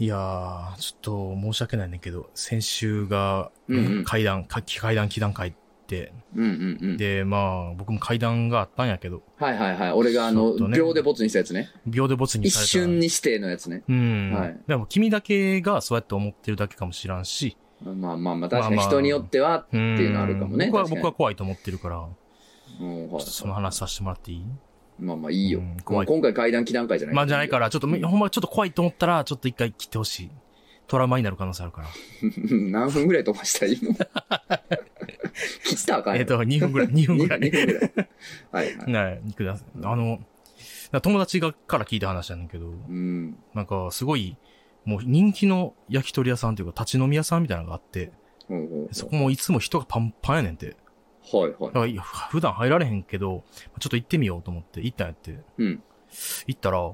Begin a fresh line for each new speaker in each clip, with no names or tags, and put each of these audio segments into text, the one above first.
いやー、ちょっと申し訳ないんだけど、先週が、
うんうん
階段、夏季階段、祈談会って、
うんうんうん。
で、まあ、僕も階段があったんやけど、
はいはいはい。俺があの、
ちょっとね
秒でボツにしたやつね。
秒でボツに
一
された。
瞬にしてのやつね。
うん。
はい
でも、君だけがそうやって思ってるだけかもしらんし、
まあまあまあ、確かに
まあまあ
人によっては、
うん。
っていうのあるかもね
僕は、
確かに
僕は怖いと思ってるから、
うんはい
ちょっとその話させてもらっていい
まあまあいいよ。
うん
も
怖
う
い
今回階段祈談会じゃない。
まあ、じゃないからら、ちょっと、ほんまちょっと怖いと思ったら、ちょっと一回切ってほしい。トラウマになる可能性あるから。
何分ぐらい飛ばしたらい いの切ったらあかん
えっ、
よ。
と、2分ぐらい、2分ぐらい。
2分ぐらい。はいはい。
はい、ください。あの、友達がから聞いた話なんだけど、
うん。
なんかすごい、もう人気の焼き鳥屋さんというか立ち飲み屋さんみたいなのがあって、
ほうほう
そこもいつも人がパンパンやねんて。
ほうはいは
だからいや普段入られへんけど、ちょっと行ってみようと思って行ったんやって。
い。うん。
行ったら、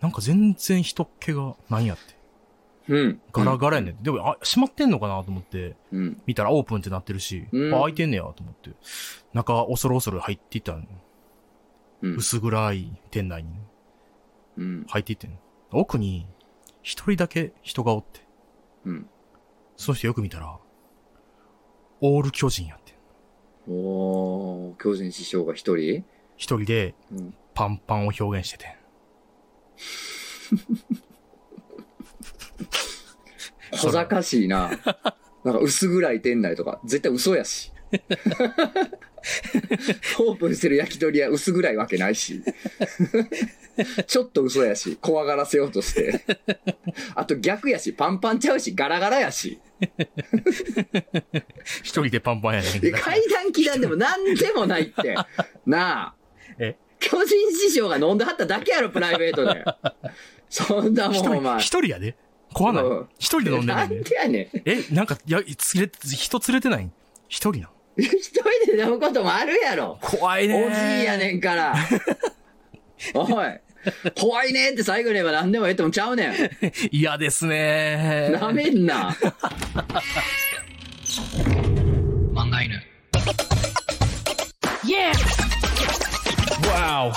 なんか全然人っ気がないんやって。
うん。
ガラガラやねんて。でも、あ、閉まってんのかなと思って、
うん。
見たらオープンってなってるし、
うん
あ、開いてんねやと思って。中、恐る恐る入っていったの
うん
薄暗い店内にね。
うん。
入っていってんの奥に、一人だけ人がおって。
うん。
その人よく見たら、オール巨人やってん。
おー、巨人師匠が一人
一人で
うん。
パンパンを表現しててん。
小賢し いな。なんか薄暗い店内とか、絶対嘘 やし。オープンしてる焼き鳥屋薄暗いわけないし。ちょっと嘘やし、怖がらせようとして。あと逆やし、パンパンちゃうし、ガラガラやし。
一人でパンパンやねん
で
けど。
階段祈願でも何でもないって。なあ。
え
巨人師匠が飲んではっただけやろ、プライベートで。そんな
一
もん、お
人、
前
一。人やで怖ない
うん
一人で飲んで
な
ない
ん
ね
でやねん。
え、なんか、いや、連れ、人連れてない一人なの
一人で飲むこともあるやろ。
怖いね
おじいやねんから。おい。怖いねって最後に言えば何でも言ってもちゃうねん。
嫌ですね
なめんな。漫画犬。
わ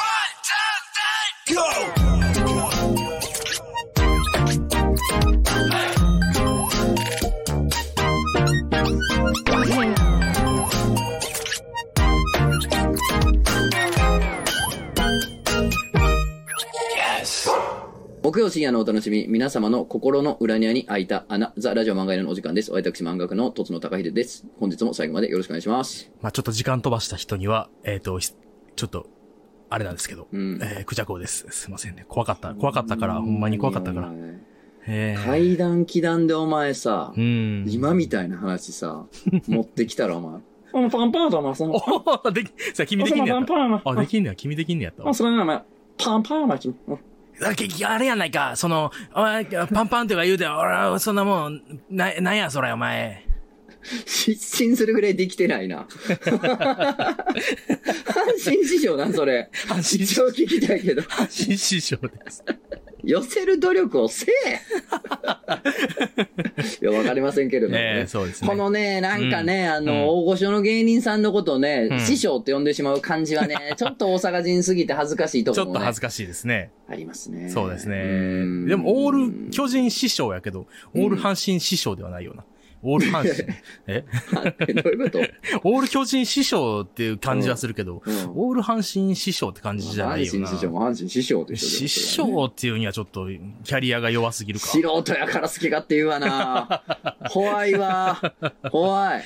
木曜深夜のお楽しみ、皆様の心の裏庭に開いた穴、ザ・ラジオ漫画犬のお時間です。私、漫画家のとつのたかひでです。本日も最後までよろしくお願いします。
まあちょっと時間飛ばした人には、えっ、と、ひちょっと、あれなんですけど、
うん
えー、クジャコウです。すいませんね。怖かった。怖かったから、ほんまに怖かったから
い。やいやいや
えー
階段祈願でお前さ、
うん。
今みたいな話さ、持ってきたらお前。お前パンパンだな、その。
おでき、さ、君できんねやった。あ、できんねや、君できんねやったわ。
それなら、パンパンは君。
あけあれやないか、その、お前、パンパンとか言うて、俺はそんなもん、な、なんや、それ、お前。
失神するぐらいできてないな。阪神師匠なん、それ。
阪神
一応聞きたいけど。
新師匠です。
寄せる努力をせえいや、わかりませんけれども
ええ
ね。
そうですね。
このね、なんかね、あの、
うん
大御所の芸人さんのことをね、
うん
師匠って呼んでしまう感じ はね、ちょっと大阪人すぎて恥ずかしいと
ち
こ
ょ
ろ
っ
も、
と
ね、
恥ずかしいですね。
ありますね。
そうです
うん
ね。でも、オール 巨人師匠やけど、オール阪神師匠ではないような。オール阪神。 え
どういうこと、
オール巨人師匠っていう感じはするけど、
うん
オール阪神師匠って感じじゃないよ
阪神
な
師。匠も阪神師匠と一緒で
師
すからね
匠っていうにはちょっとキャリアが弱すぎるか。
素人やから好き勝手言う わな怖いわ怖い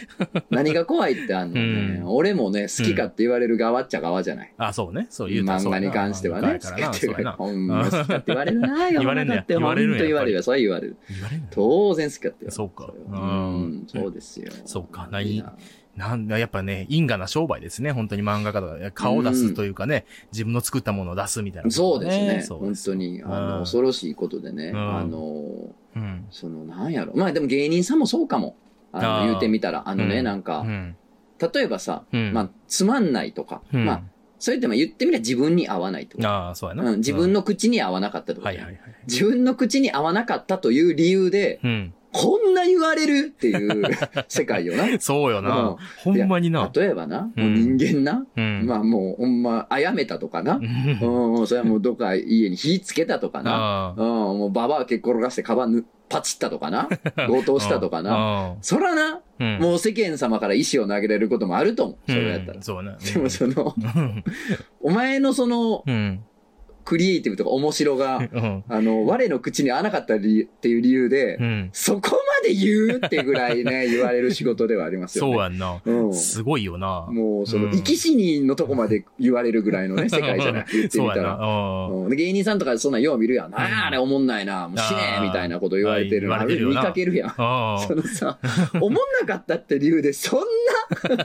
何が怖いってあんのね、
うん
俺もね好き勝手言われる側っちゃ側じゃない、
あ、そうね。そう言うたら
漫
そう
画
やな
に関してはね、
だからな、
好きって
そう
言
や
われる。
な。
ほんま好き勝手言われるな、
言われんねや
だって、ほんと言われるよ、それは言われる。
言われんの
当然好き勝手言われる。
そうか
れは
うん
うん、そうですよ。
そうか
いいな。
なんだ、やっぱね、因果な商売ですね。本当に漫画家とか、顔を出すというかね、自分の作ったものを出すみたいな、
そうですね、
そう
本
です。
当に、あ
う
の、
ん
恐ろしいことでね、
うん
あの、
うん。
その、なんやろ。まあでも芸人さんもそうかも。あ
あ
の
ー
言うてみたら、あのね、
うん
なん
う
か、
ん。
例えばさ、
うん
まあ、つまんないとか、
うん
まあ、それってまあ言ってみれば自分に合わないってこと
ああ、そうやな。
うん、自分
の、
の口に合わなかったとか、
はいはいはい。
自分の口に合わなかったという理由で、
うん。
こんな言われるって いう世界よな。
そうよ
う。
なんほんまに
いや
な。
例えばな、もう
うん
人間な、
うん。
まあもうほんま、あやめたとかな
う、
うんん、うんそれはもうどっか家に火つけたとかな、
あ
うん、もうババア蹴っ転がしてカバンぬパチったと かな、
あ
強盗したとかな、
な。
そらな、
うん。
もう世間様から石を投げられることもあると思う、それやったら
うん。そうな。
でもその、
うん。
お前のその、
うん。
クリエイティブとか面白が、
うん。
あの、我の口に合わなかったりっていう理由で、
うん。
そこまで言うってぐらい ね、言われる仕事ではありますよ
そ
ね。
うやんな。
うん
すごいよな。
もう、その、
うん
生き死にのとこまで言われるぐらいの ね、世界じゃない。言って
そう
み
や
たら。
な。うん
うんで芸人さんとかそんなんよう見るやん。
ん
ああ、あれおもんないな。もう死ね
あー
みたいなこと言われてるの。
はい
あ
言われて
れ
るよ
見
な
かけるやん。
あ
そのさ、おもんなかったって理由で、そん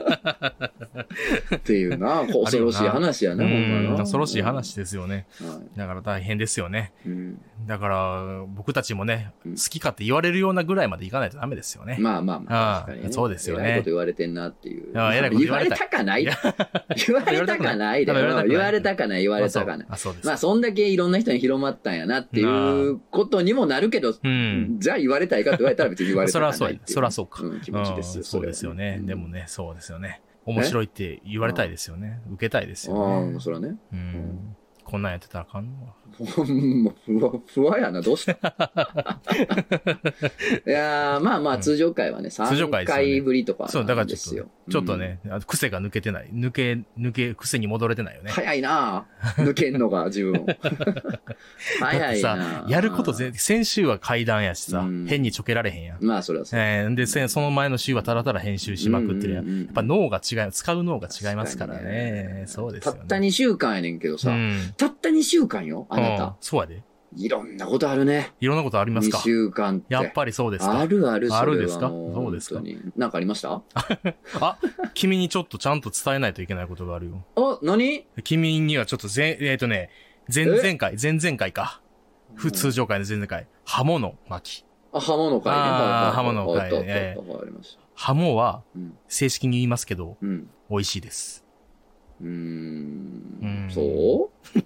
なっていうな、こう恐ろしい話や
あ。
な、ほんま
うん
な。
恐ろしい話ですよね。
うん。はい
だから大変ですよね。
うん
だから、僕たちもね、
うん
好きかって言われるようなぐらいまでいかないとダメですよね。
まあまあま
あ
あ、
あ
確かに、
そうですよね
偉いこと言われてんなっていう。
ああ偉いこと
言
言
わ
わ
れ
れ
た
た
かない。言われたかないで。
言われたくない
言われたかない、言われたかない。
あ、そうあそうです。
まあ、そんだけいろんな人に広まったんやなっていうことにもなるけど、
うん。
じゃあ言われたいかって言われたら別に言われた
そ
か
ら
ないって
そう
い
や そら
う。
そうか。
うん気持ちです
う
よ。
んそうですよね。でも
ね。
ね、そうですよね。面白いって言われたいですよね。受けたいです
ああ
よね
ー、。そらね。
うん。こんなんやってたらあかんの
ほんまふわ、ふわやな、どうした いやーまあまあ、通常回はね、
通常回で
3
すよね
回ぶりとか
そう、だか
な
ら
んです
ちょ
よ
っ。と、ちょっとね、あの癖が抜けてない。抜け、抜け、癖に戻れてないよ
うん。
ね。
早いなぁ抜けん のが、自分を。
だっ
早
て
い
さ
な、ぁ
やることぜ、先週は階段やしさ
うん、
変にちょけられへんやん。
まあ、それはそう。
えーで、せその前の週はたらたら編集しまくってるやん。
うんうんうん
やっぱ脳が違う、使う脳が違いますからね。そうです
た
よね。
った2週間やねんけどさ、
うん、
たった2週間よ、あな
うん
た。
そうやで。
いろんなことあるね。
いろんなことあります
2
か
週間って。
やっぱりそうです
あ
か。
るある、それは
あるですか
も
そうですか
本当になんかありました
あ、君にちょっとちゃんと伝えないといけないことがあるよ。
あ、何
君にはちょっと前、えっ、とね、前々回、前々回か。普通常会の前々回。刃物巻き。
あ、刃物会ね。
あー
はいはいはい
刃物会ね
はいはいはいはいわかりました。
刃物は
うん。
正式に言いますけど、
うん。
美味しいです。
うーん
うん
そう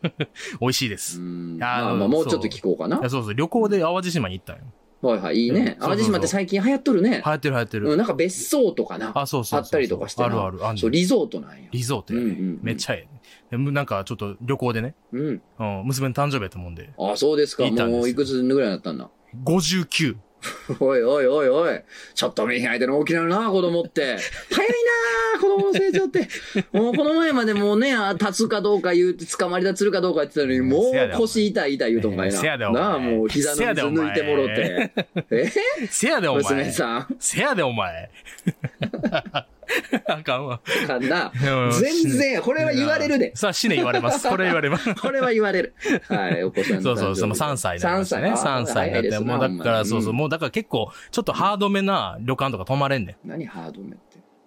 美味しいで
う
す。
ん。
あー
まあまあ、
うん
もうちょっと聞こうかない
や。そうそう、旅行で淡路島に行ったんよ。
はいはい、いいね。
うん
淡路島って最近流行っとるね
流。行ってる流行ってる。
うん、なんか別荘とかな。
あ、そうそうそうそう
あったりとかしてな
あるある、あんねん
そう、リゾートなんや。
リゾートやね。
うんうんうん
めっちゃええね。でなんかちょっと旅行でね、
うん。
うん、娘の誕生日やと思うんで、
あー、そうですか。
いたんですよ
もういくつぐらいになったんだ。
59。
おいおいおいおい。ちょっと見開いてる大きなるな、子 供って。早いな、子供の成長って。もうこの前までもうね、あ立つかどうか言うて、捕まり立つるかどうか言ってたのに、も
せやで
う
お前
腰痛い痛い言うとんかい
せやで
な。
お前
なあ、もう膝の
せやで
水
お前
抜いてもろて。え
せやでお前
娘。さん。
せやでお前。 あかんわ。
かんな。
うん
全。然、これは言われるで。
さあ、死ね言われます。これ言われます。
これは言われる。はい、お子さん
そ
の誕
うそ
生日
う、その3歳だ
3歳
ね。3歳だ
早
っ
いです
て、
な
もうだから、そうそう、
ほんまに
もうだから結構、ちょっとハードめな旅館とか泊まれんねん。
うん何ハードめって。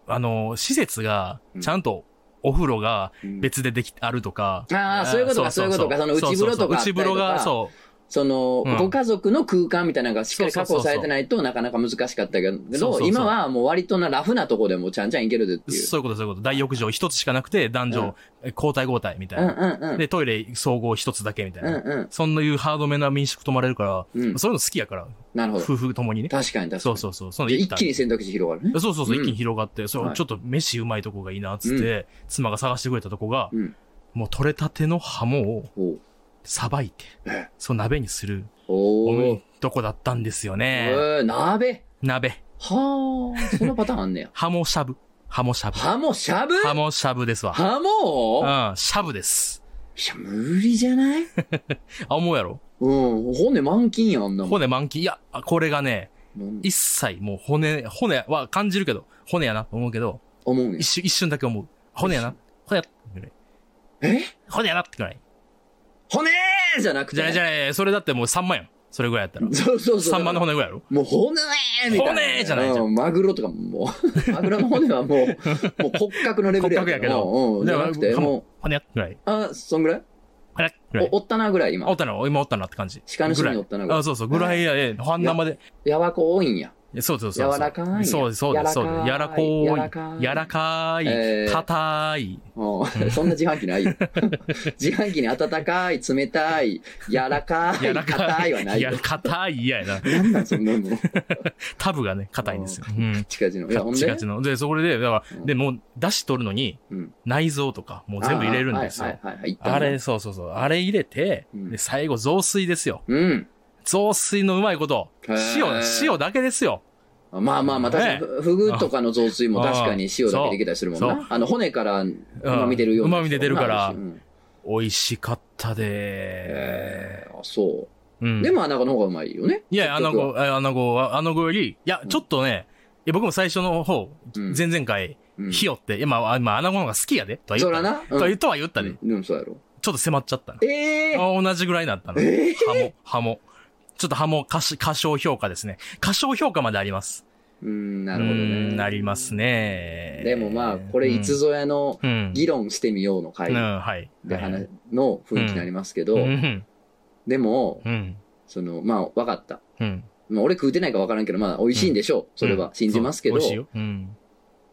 あの、施設が、ちゃんとお風呂が
うん
別ででき、あるとか。
あーそういうことかそういうことかその内風呂とかあった
内
りとか
風呂が、そう。
その、
うん
ご家族の空間みたいなのがしっかり確保されてないとなかなか難しかったけ
そ
ど、
うそうそう
今はもう割となラフなとこでもちゃんちゃん行けるでっていう。
そういうこと、そういうこと。大浴場一つしかなくて、男女、え交代交代みたい
うんう
な。
ん
で、トイレ総合一つだけみたい
うん。
な。
うんうん。
そんないうハードめな民宿泊まれるから、
うん
そういうの好きやから、
なるほど。
夫婦ともにね。
確かに確かに。
そうそうそう。その
で
行っ
一
た
気に選択肢広がるね。
そうそうそう、
うん
一気に広がって、そう、
はい
ちょっと飯うまいとこがいいな、つって、妻が探してくれたとこが、
うん
もう取れたてのハモを
おう
さばいて、
え
そう鍋にする、
お
う
ー
んとこだったんですよね。
えー鍋。
鍋。。
はあ、そんなパターンあんねや
ハモしゃぶ。ハモしゃぶ。
ハモしゃぶ
ハモしゃぶですわ。
ハモ
うん、しゃぶです。
いや、無理じゃない
あ、思うやろ
うん、骨満金やんあんなもん。
骨満期いや、あこれがね、
なん
一切もう骨、骨は感じるけど、骨やなと思うけど、
思うねん
一。瞬、一瞬だけ思う。骨やな。骨やぐらい。
え
骨やなってぐらい。
骨じゃなくて。
じゃあじゃあそれだってもう3万やん。それぐらいやったら。
そうそうそう。
3万の骨ぐらいやろ
もう骨みたいな。
骨じゃないじゃん
うマグロとかもう、マグロの骨はもう、もう骨格のレベルや
骨格やけど
うんうん、じゃなくて、
でも
も
骨やぐらい。
う、あ、そんぐらい
骨やぐらい
お。おったなぐら
あ
い
お
今
っ。たな、今おったなって感じ。
鹿の
ぐ
下
ら
に
い
おったなぐらい
あ、そうそう、ぐらいや、ええ、あんなまで。
やわこ多いんや。
やそうそうそうそう。
柔らかい
そうそうです、そうです。
柔
柔ら
ら
こ
かい
い。柔
柔
ら
ら
か
え
い。
ー
硬い。
もう、そんな自販機ないよ。自販機に温かい、冷たい、柔らか
柔
い、
らか
硬
い。
いはないい
や
よ。
硬い。嫌やな。
なんなんそんなの。
タブがね、硬いんですよ。うん。
チカチの。いや、
カ
ほん
ッチ
で
カチ。の。で、それで、だか
う
ら、
ん
で、もう、出汁取るのに、
うん
内臓とか、もう全部入れるんです
あ
よ
ー。はいはいはい。一旦
あれ、そうそうそう。あれ入れて、
うん
で最後、雑炊ですよ。
うん。
雑炊のうまいこと。
へー
塩、塩だけですよ。
まあまあまあ、確かに
ね、
ふぐとかの雑炊も確かに塩だけできたりするもん
そう
な。あの、骨から旨味出るような。
うん旨味出てるから
うん
美味しかったで
えーあ、そうう。
ん。
でも、穴子の方がうまいよね。
いや、アナ
結局
ゴ、あアナゴは、アナゴより、いや
う、ん
ちょっとね、いや僕も最初の方、
うん
前々回、
うん
ひよって、いや、まあ、あまあアナゴの方が好きやで、とは言
そ
っ
ら
た。
な。
とは
う
言
ん
とは言ったで、ち
うん、そうやろ。
ょっと迫っちゃったな。
ええー
あ同じぐらいになったな。
え
ハモ、ハモ。ちょっとハモ、過し過小評価ですね。過小評価まであります。
うん、なるほど
う
ね。
んなりますね。
でもまあ、これ、いつ
ぞ、
ぞやの
うん、
議論してみようの
う
会
ん、はい。
で
はい
話の雰囲気になりますけど
う、ん、
でも、
うん、
その、まあ、わかった。
うん。
まあ、俺食うてないかわからんけど、まあ、美味しいんでしょう。それ
う
は
ん
信じますけど
そう美、味しいよ。うん。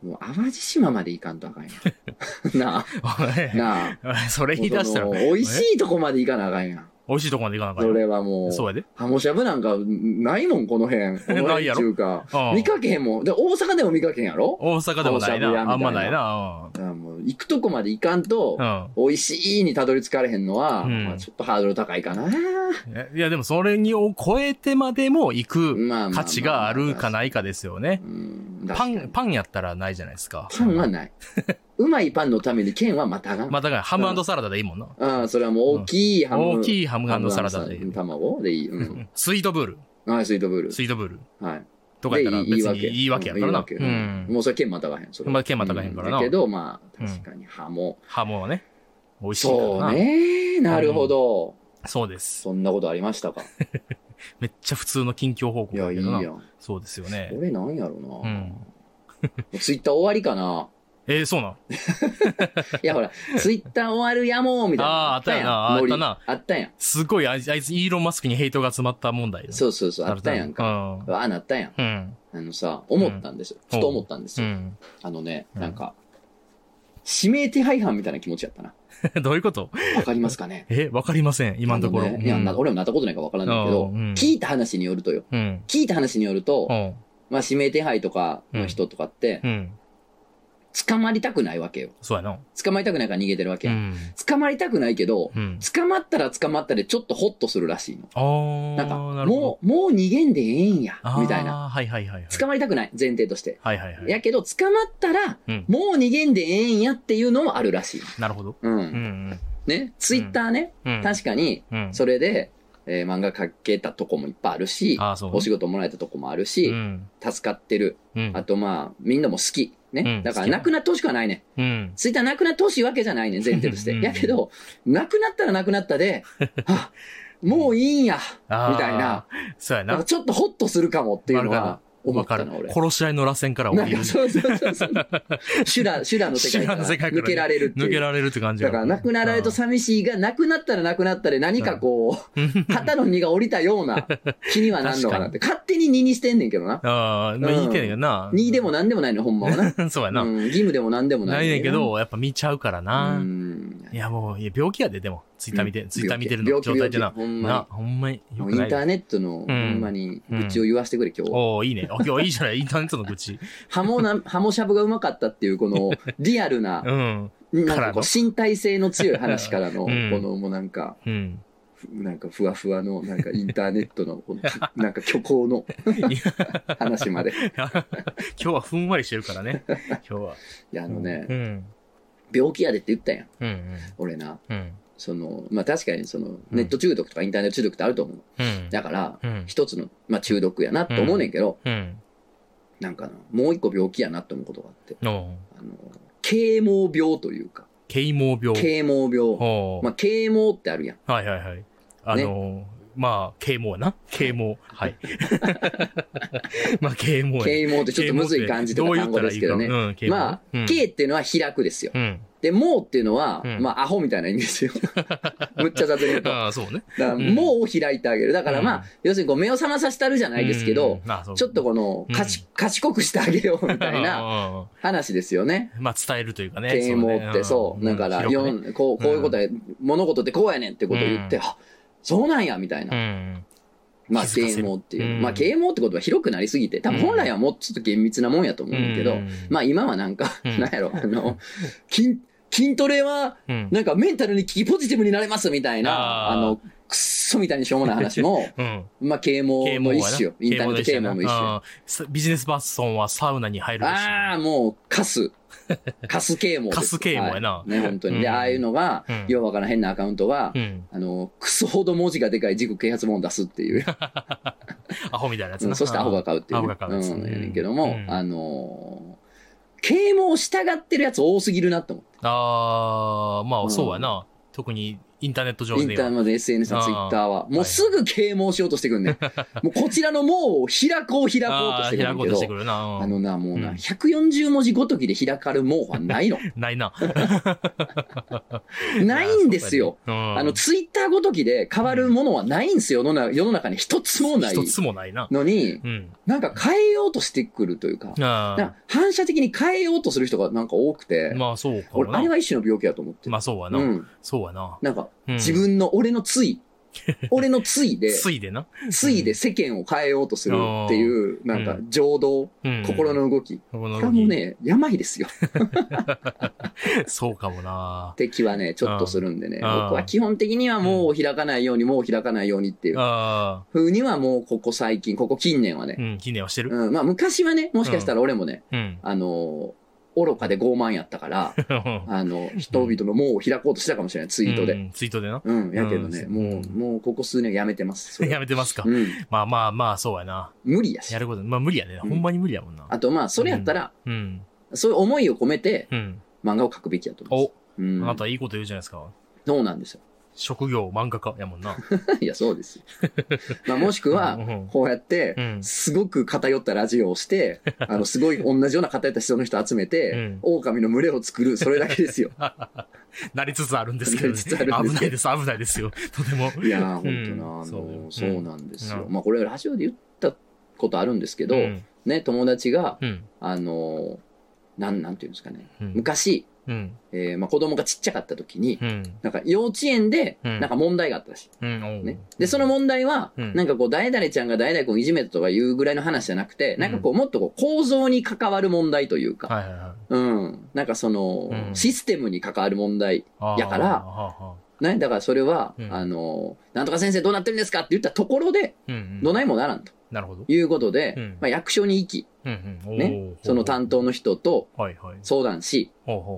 もう淡路島まで行かんとあかんよ。 なあ。 なあ。
それ言い出したら、
もうそ
美
の美味しいとこまで行かなあかんやん。
味しいとこまでいかなあか
そ
んよ
れは も
そう
う、
やで。
ハモしゃぶなんかないもん、この辺。この
ない
辺
や
っ
ろ
ていうか。
ああ
見かけへんもん。で、大阪でも見かけへんやろ
大阪でもない
大阪やみたい
な。
な
あんまないな。
だからもう行くとこまで行かんと
う、ん。
美味しいにたどり着かれへんのは、
うん
まあちょっとハードル高いかな。
うんいや、でもそれにを超えてまでも行く
まあまあ。
価値があるか
い。
ないかですよね。
うん
パ
確か
ン、
に
パンやったらないじゃないですか。
パンはない。うまいパンのために剣はまたがん。
まあだからハムサラダでいいもんな。
ああ、それはもう大きいハム。
大きいハムサラダでいい。
卵でいい。うん。
スイートブール。
はい、スイートブルー。
スイートブール。
はい。
とかやったら
でいい
別にいいわけやからな。
いいうわけうん
ん。
もうそれ剣またがへん。それは
まあ剣またがへんからな
うだけど、まあ、
うん
確かにハモ。
ハムはね。美味しいから
そう
な。
ね。なるほど。
そうです。
そんなことありましたか。
めっちゃ普通の近況報
い
告
や、
だ
い
け
い
ど
や
な。
ん。
そうですよね。
俺なんやろ
う
な。
ん
もうツイッター終わりかな。
えー、そうなの
いや、ほら、ツイッター終わるやもう、みたいな。
あーあったやな
ノリ
あったな
あったやん。
すごい、あいつ、あいつイーロン・マスクにヘイトが詰まった問題
そうそうそう、あったやんか。
か。
ああ、なったやん。
うん。うん。
あのさ、思ったんですよ。
うん
ふと思ったんです
う
よ。
ん。
あのね、
うん
なんか、指名手配犯みたいな気持ちやったな。
どういうこと
わかりますかね
え、わかりません、今のところ。
あねいや、な
うん
俺もなったことないからわからないけ
う
ど
ん、
聞いた話によるとよ。
うん。
聞いた話によると
う、ん。
まあ、指名手配とかの人とかって
う、ん。
捕まりたくないわけよ。
そうやな。
捕まりたくないから逃げてるわけ
う
やん。
ん。
捕まりたくないけど、
うん。
捕まったら捕まったでちょっとホッとするらしいの。
あー、
なんか、
るほど
もう、もう逃げんでええんや
あ、ー
みたいな。。
はいはいはいはい。
捕まりたくない、前提として。
はいはいはい。
やけど、捕まったら、
うん。
もう逃げんでええんやっていうのもあるらしい。
なるほど。う
う
んう
ん。
ん。
ね、ツイッターね、
うん。
確かに、
うん。
それで、えー漫画描けたとこもいっぱいあるし、
あー、そうね。
お仕事もらえたとこもあるし
う、ん。
助かってる。
うん。
あとまあ、みんなも好き。
うん
ね。だ
好
から、
きや
なくなってほしくはないね。
うん。
ツイッターなくなってほしいわけじゃないね、前提とし
うん
て。
うん
やけど、なくなったらなくなっ たで、あ、もういいんや、
あー
みたいな。
そうや
なんか
な。
ちょっとホッとするかもっていうの
わか
は
る
思
わ
っ
か
た
る
の、俺。。
殺し合いの螺旋から降
なん
りる
か。そうそうそうそう。修羅、修羅の世
修
界か
羅の
ら
世界からね
抜けられるって
抜
い
け
う。
られるって感じ
だから、なくなられると寂しいが、なくなったらなくなったで何かこ
うん
う、肩の荷が降りたような気にはなんのかなって。勝手に荷にしてんねんけどな。
ああ、まあ言いてんねんけどな。
荷でもなんでもないの、ほんまは な。
そうやな。
うん、義務でもなんでもな。
ないいねんけ、ど、やっぱ見ちゃうから
う
な。
ん。
いや、もう、いや、病気やで、でも、ツイッター見て、ツイッター見てるの
病気
状態でな。
病気ほんまに
な、ほんまに、よ
もう
く
イ
な
ン
い
ター
で。
ネットの、ほんまに、愚痴を言わせてくれ、今日。
おーいいね。あ今日いいじゃない、インターネットの愚 痴。
ハ モな、ハモしゃぶがうまかったっていう、この、リアルな
う、ん。
なんか
からの
こう、身体性の強い話からの、
う
こ
ん
の、もうなんか、
うん。
ふなんかふわふわの、なんかインターネットの、このなんか虚構の話 まで。い
今日はふんわりしてるからね。今日 は。
や、あのね
う、ん。
病気やでって言ったやん、
うん。うん。
俺な。
うん。
その、まあ確かにその、ネット中毒とかインターネット中毒ってあると思う。
うん。
だから、
うん。
一つの、まあ中毒やなと思うねんけど、
うん。
なんかな、もう一個病気やなと思うことがあって、
の、
あの、啓蒙病というか、
啓蒙病。
啓蒙病。
お
まあ、啓蒙ってあるやん。
はいはいはい。あの、まあ、啓蒙やな。啓蒙。はい。 まあ、啓蒙や。
啓蒙ってちょっとむずい漢字とか単語ですけどね。
啓蒙ってどう言ったらいいかうん啓蒙
ま
う
あ、
ん
啓っていうのは開くですよ。
うん。
で、もうっていうのは、
うん
まあ、アホみたいな意 味ですよ。むっちゃ雑に言うと。だか
ああ、そうね。
ら、
ん
もうを開いてあげる。だからまあ、
うん
要するにこう目を覚まさせたるじゃないですけど、
うん、ああそう
ちょっとこの、かち、賢くしてあげようみたいな
ああ
話ですよね。
まあ、伝えるというかね。
啓蒙ってそう。だから、
広くね
四こう、こういうことや、物事ってこうやねんってことを言って、
う
あ、そうなんや、みたいな
う。ん。
まあ、
気づかせ
啓
る
蒙っていう。
うん
まあ、啓蒙ってことは広くなりすぎて、多分本来はもうちょっと厳密なもんやと思うんだけど、
うん
まあ、今はなんか、
うん
なんやろ、あの、筋、筋トレは、
うん。
なんかメンタルに効きポジティブになれますみたいな、あ
あー、
の、くっそみたいにしょうもない話も
うん。
まあ、啓蒙の一種よ。インターネット啓蒙の一種よ。
ああビジネスパーソンはサウナに入るらしい
ああ、もう、カス。カス啓蒙です。
カス啓蒙やな
はいね、本当に。で、
うん
ああいうのが
うん、
ようわからん変なアカウントが、
うん。
あの、クソほど文字がでかい自己啓発本を出すっ ていう。
アホみたいなやつ
うん
な。
そしてアホが買うっていう、
アホ
ね。
が買うやつ
ん、
うん
やねんけども、
うん
あのー啓蒙を従ってるやつ多すぎるなと思っ
ああ、ま
うん
あ、そうやな。特にインターネット上
て。イ
で
ンター
は。
ネット、SNS の
あー
Twitter は。も
は
う
い
すぐ啓蒙しようとしてくん ねん。もうこちらのもうを開こう開こうと
ああ
してくる
開
ん
こ
だ
う
け
としてく
ど、
るな。
あ
うん
のな、もうな、
うん
140文字ごときで開かるもうはないの。
ないな。
ないんですよ。
うん。
あの、ツイッターごときで変わるものはないんですよ。世の中世の中に一つもない
一つもないな。
のに、
うん。
なんか変えようとしてくるというか、
あ
なんか反射的に変えようとする人がなんか多くて、
あまあ、そうかも
俺、あれ
な。
は一種の病気だと思ってる。
まあ、そうや
う
な。
ん。
そうやな。
なんか、
うん
自分の、俺の つい、俺のついで、
ついでな。
ついで世間を変えようとするっていう、なんか
う、
情動、
うん
心。の動き。
心の
こ
動き
れはもうね、病ですよ。
そうかもな。
敵はね、ちょっとするんでね。
あー
僕は基本的にはもう開かないように、もう開かないようにっていう
ああ、
風にはもう、ここ最近、ここ近年はね
う。ん、記念はしてる。
うん、まあ昔はね、もしかしたら俺もね、
うん。
あのー愚かで傲慢やったから、 あの、人々のもう開こうとしたかもしれ ない、ツイート
う
で。
ん。ツイートでな。
うん、やけどね、
うん
もう、もうここ数年やめてます。それは
やめてますか
う。ん、
まあまあまあ、そうやな。
無理やし
や。ること、まあ無理やね。
うん
ほんまに無理やもんな。
あとまあ、それやったら、
うん。
そういう思いを込めて
うん。
漫画を描くべきやと思い
お、あ
ま
な
す。
たいいこと言うじゃないですか。
うん、そうなんですよ。
職業漫画家やもんな。
いや、そうですよ。 まあ、もしく は
う、ん
こうやって
う、ん。
すごく偏ったラジオ をして、あの、すごい同じような偏った人の人集め
う
て
ん、
狼の群れを作る、それだけで すよ。
なりつつあるんですけどね、
なりつつあるんで
危
すけ
ないです、危ないですよ。 とても。
いやー、本
うん
当な、あの、
そう
そ
よ
うなんですよ。
う
まあ、これラジオで言ったことあるんですけど
う、ん。
ね、友達が、
うん。
あのー、なん、なんていうんですかね。
うん
昔、
うん。
えーまあ、子供がちっちゃかった時に、
うん。
なんか幼稚園で、
うん
なんか問題があったらし
うん。お
い、
う
ね。で、その、問題は、
うん
なんかこう、誰々ちゃんが誰々君いじめたとかいうぐらいの話じゃなくて、
ん
なんかこう、もっとこう、構造に関わる問題というか、
はいはいはい
うん。なんかその、
うん
システムに関わる問題。
あー。
やから
はあはあ
ね、だからそれは、
うん
あの、なんとか先生どうなってるんですかって言ったところで、
うんうん。
どないもならんと
なるほど。
いうことで、
うん
まあ、役所に行き、
うんうん。
ね
おー
その担当の人と
はいはい。
相談し、
ほうほう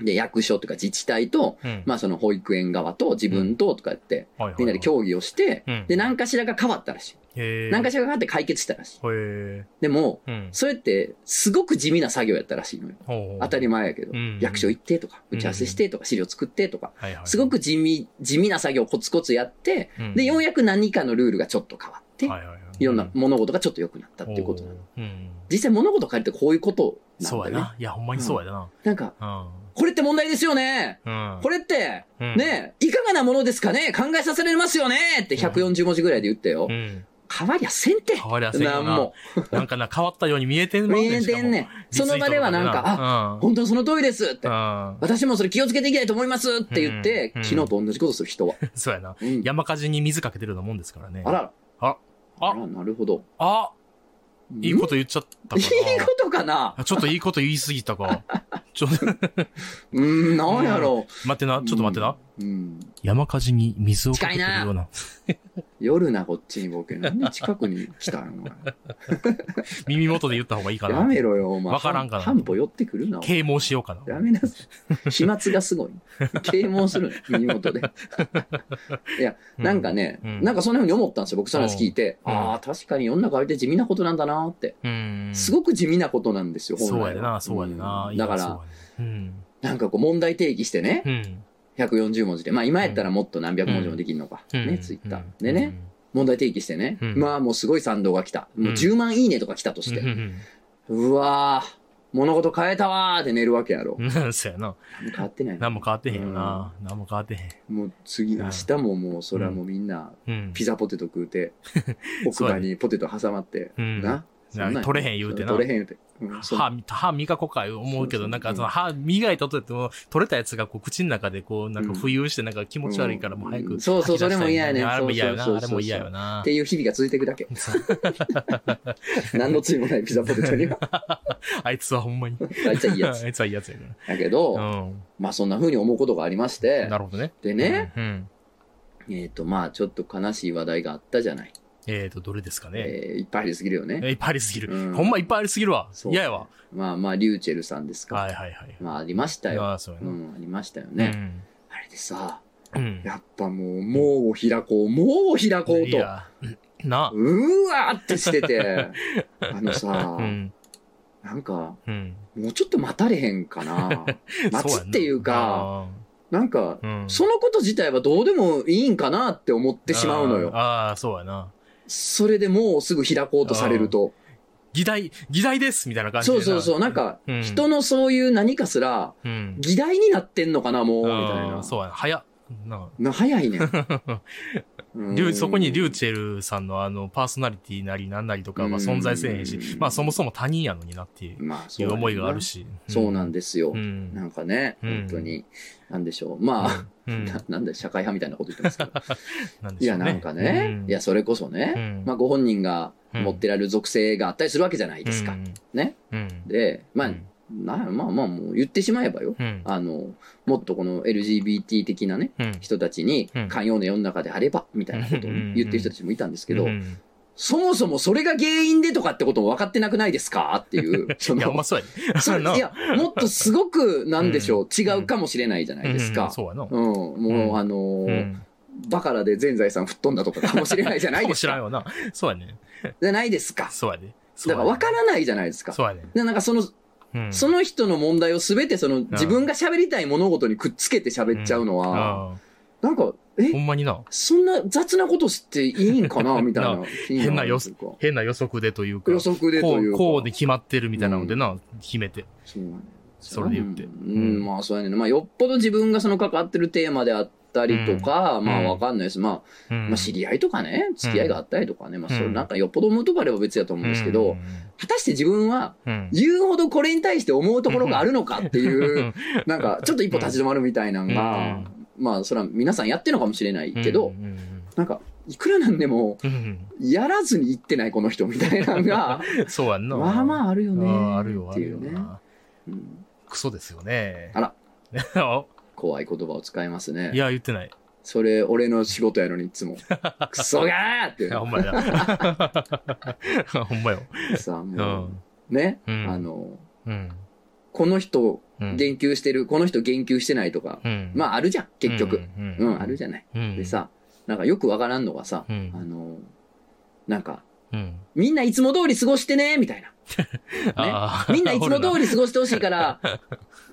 ほ
で、役所というか自治体と、
う。うん。
まあその保育園側と自分ととかやって、
はいはいはい
みんなで協議をして、
うん
で、何かしらが変わったらし
へ
い。
え。
何かしらが変わって解決したらしい。
へえ。
でも、
うん。
それってすごく地味な作業やったらしいのよ。
当
当たり前やけど
う。ん
役所行ってとか、打ち合わせしてとか、資料作ってとか、
はいはい。
すごく地味、地味な作業をコツコツやって、
うん、
で、ようやく何かのルールがちょっと変わって、
はいはいはい、
いろんな物事がちょっと良くなったっていうことなの。
おーうん
実際物事変えるってこういうことな
そうんや
だね。
な。いや、ほんまにそうやな。
なんか、
うん。
これって問題ですよね
うん。
これって、
れ
ねえ、いかがなものですかね考えさせられますよねって140文字ぐらいで言ったよ
う。ん。
変わりゃせんて。
変わりやすい
な
よ
ん
な。
も。
なんかな、変わったように見えてんの
見えてんねん。その場ではなんか、あ、
あ、
本当にその通りですって。
うん。
私もそれ気をつけていきたいと思いますって言って、
うんうん
昨日と同じことする人は。
そうやな。
うん
山火事に水かけてるようなもんですからね。
あら。
ああ
あら、なるほど。
あいいこと言っちゃったか
うん
な。
いいことかな
あちょっといいこと言いすぎたか。ちょっと、待
うん、なんやろう。
ってな、ちょっと待ってな。
うん。
山火事に水をかけてるような。
夜な、こっちにボケ。なんで近くに来た んお前
耳元で言った方がいいかな。
やめろよ、お前。
わからんから
半歩寄ってくるな、お前
啓蒙しようかな。
やめなさい。飛沫がすご い。啓蒙するの、耳元で。いや、なんかね、
うん
なんかそんなふうに思ったんですよ。僕その話聞いて。
うん
ああ、確かに世の中あれって地味なことなんだなーって。
うん。
すごく地味なことなんですよ、
そうや
来
で
は
な、そうやでな。
うん
いや
だか、
そう
ら、
やでうん。
なんかこう問題定義してね、
うん。
140文字で。まあ今やったらもっと何百文字もできるのか。
うん
ね、ツイッター。
うん
でね、。問題提起してね、
うん
まあもうすごい賛同が来た。もう10万いいねとか来たとして、うわー物事変えたわーって寝るわけやろ。
なんすよな。
もう変わってない。
何も変わってへんよな。何も変わってへ
もう次、明日ももうそれはもうみんな、
ん。うん。
ピザポテト食う て、奥
そうや
歯
ね
にポテト挟まって、
うん
な。そんなん
取れへん言うてな
取れへん言うて。うんそう
歯、歯磨こうか思うけ
そうそう
ど、なんかその歯磨いたとっても、取れたやつがこう口の中でこう、なんか浮遊してなんか気持ち悪いからもう早
う
く。
んそうそうそれも嫌やね
あれも嫌よな。
そう
あ
そ
れ
うそうそう
も嫌よな
っ。ていう日々が続いていくだけ。何の罪もないピザポテト には。
あいつはほんまに。
あいつはいいや つ
あ。いつはいいやつやか
だけど、
ら。うん。
まあそんな風に思うことがありまして
な、るほどね。
でね、
うん。
えっとまあちょっと悲しい話題があったじゃない。
えっと、どれですかね。
えーいっぱいありすぎるよね。
えいっぱいありすぎ
うん
る。ほんまいっぱいありすぎるわ。
そう
嫌やわ。
まあまあ、リューチェルさんです
は
か。
いはいはい。
まあありましたよ。
ああ、そうや
う
な。
ん、ありましたよね。
うん
あれでさ、
うん。
やっぱもう、もう開こう、もう開こう
い
と。
やな。
うーわーってして て、あのさ、
うん。
なんか、
うん。
もうちょっと待たれへん かな。 待つっていうか、なんか
そう、やな、
そ
っ
のこと自体はどうでもいいんかなって思ってしまうのよ。
あーあー、そうやな。
それでもうすぐ開こうとされると。
議題、議題ですみたいな感じで
そうそうそう、なん、か、
うん
人のそういう何かすら、
うん。
議題になってんのかな、もう、みたい
あ
な
ー。そうやな。早っ。 な
な 早いね。
リュウそこにリュウ
チ
チェルさんのあの、パーソナリティなりなんなりとかは存在せえへんし
う、ん
まあそもそも他人やのになっていう
ま
い
あ、そうう
思いがある。し。
そうなん
で
ですよ
う。ん。
なんかね、
うん
本当に、なんでしょう。まあ、
うん
ななんだよ社会派みたいなこと言ってます けど。
なんで
い
しょ
や、
うね
なんかね
う、ん
いや、それこそ
う
ね、
ん
まあ、ご本人が
うん
持ってられる属性があったりするわけじゃないですか。。ね。
うん。
で、まあ
う、ん
なまあまあ、もう言ってしまえばよ。
うん。
あの、もっとこの LGBT 的なね、
うん。
人たちに
うん
寛容な世の中であれば、みたいなことを言ってる人たちもいたんですけど
う、ん
そもそもそれが原因でとかってことも分かってなくないですかっていう。そ
いや、ほんま
の
そうやね。
それ
ない
や、もっとすごく、なんでしょう、違
ん
うかもしれないじゃないで
う
す
んう
か
ん。そうやな。
うん、もう、
うん
あのー
うん
バカラで全財産吹っ飛んだとかかもしれないじゃな
か
いで
も
す
しらん
か。
よな。そうやね。
じゃないですか。
そうやで。そうや
だか
ね
ら分からないじゃないですか。
そうやね。
でなんかその、
うん
その人の問題をすべてその自分が喋りたい物事にくっつけて喋っちゃうのは、
あ
なんか、
あほ
え、
んまにな。
そんな雑なことしていいんかなみたいな
な
気になるというか
変な予測でというか
予、測でと
こ
いう
う、
か。
こうで決まってるみたいなのでな、決めて。
そうなんや
それで言って
うん、
うん
うんまあそうやねんまあよっぽど自分がその関わってるテーマであったりとか、
ん
まあ
うん
わかんないです。まあ、
ま
まあ知り合いとかね、付き合いがあったりとかね、まあそれなんかよっぽど思うとこあれば別だと思うんですけど、、果たして自分は
うん。
言うほどこれに対して思うところがあるのかっていうう、
ん
なんかちょっと一歩立ち止まるみたいなのが、まあそれは皆さんやってるのかもしれないけど、
うん
なんかいくらなんでも
うん
やらずに言ってないこの人みたいなのが、
そう やんな。
まあまああるよね
あああるよ、
っ
あ
て
る
い
よ
うね。
な。
うん
クソですよね。
あら
あ。
怖い言葉を使いますね
い。や、言ってない。
それ、俺の仕事やのに、いつ も。クソがーっ
いやほん
て。
まや。ほんまよ。
さあ、
う
も
ん。
う、ね、
うん
あの、
うん。
この人、
うん
言及してる、この人言及してないとか、
うん
まあ、あるじゃん、結局。。
うん
うん、あるじゃない。
ゃん
で、さ、なんかよくわからんのがさ、
う
あ
ん。
の、なんか、
うん。
みんないつも通り過ごしてね、みた いな。
あー
みんないつ も
お
通
る
り過ごしてほしいから、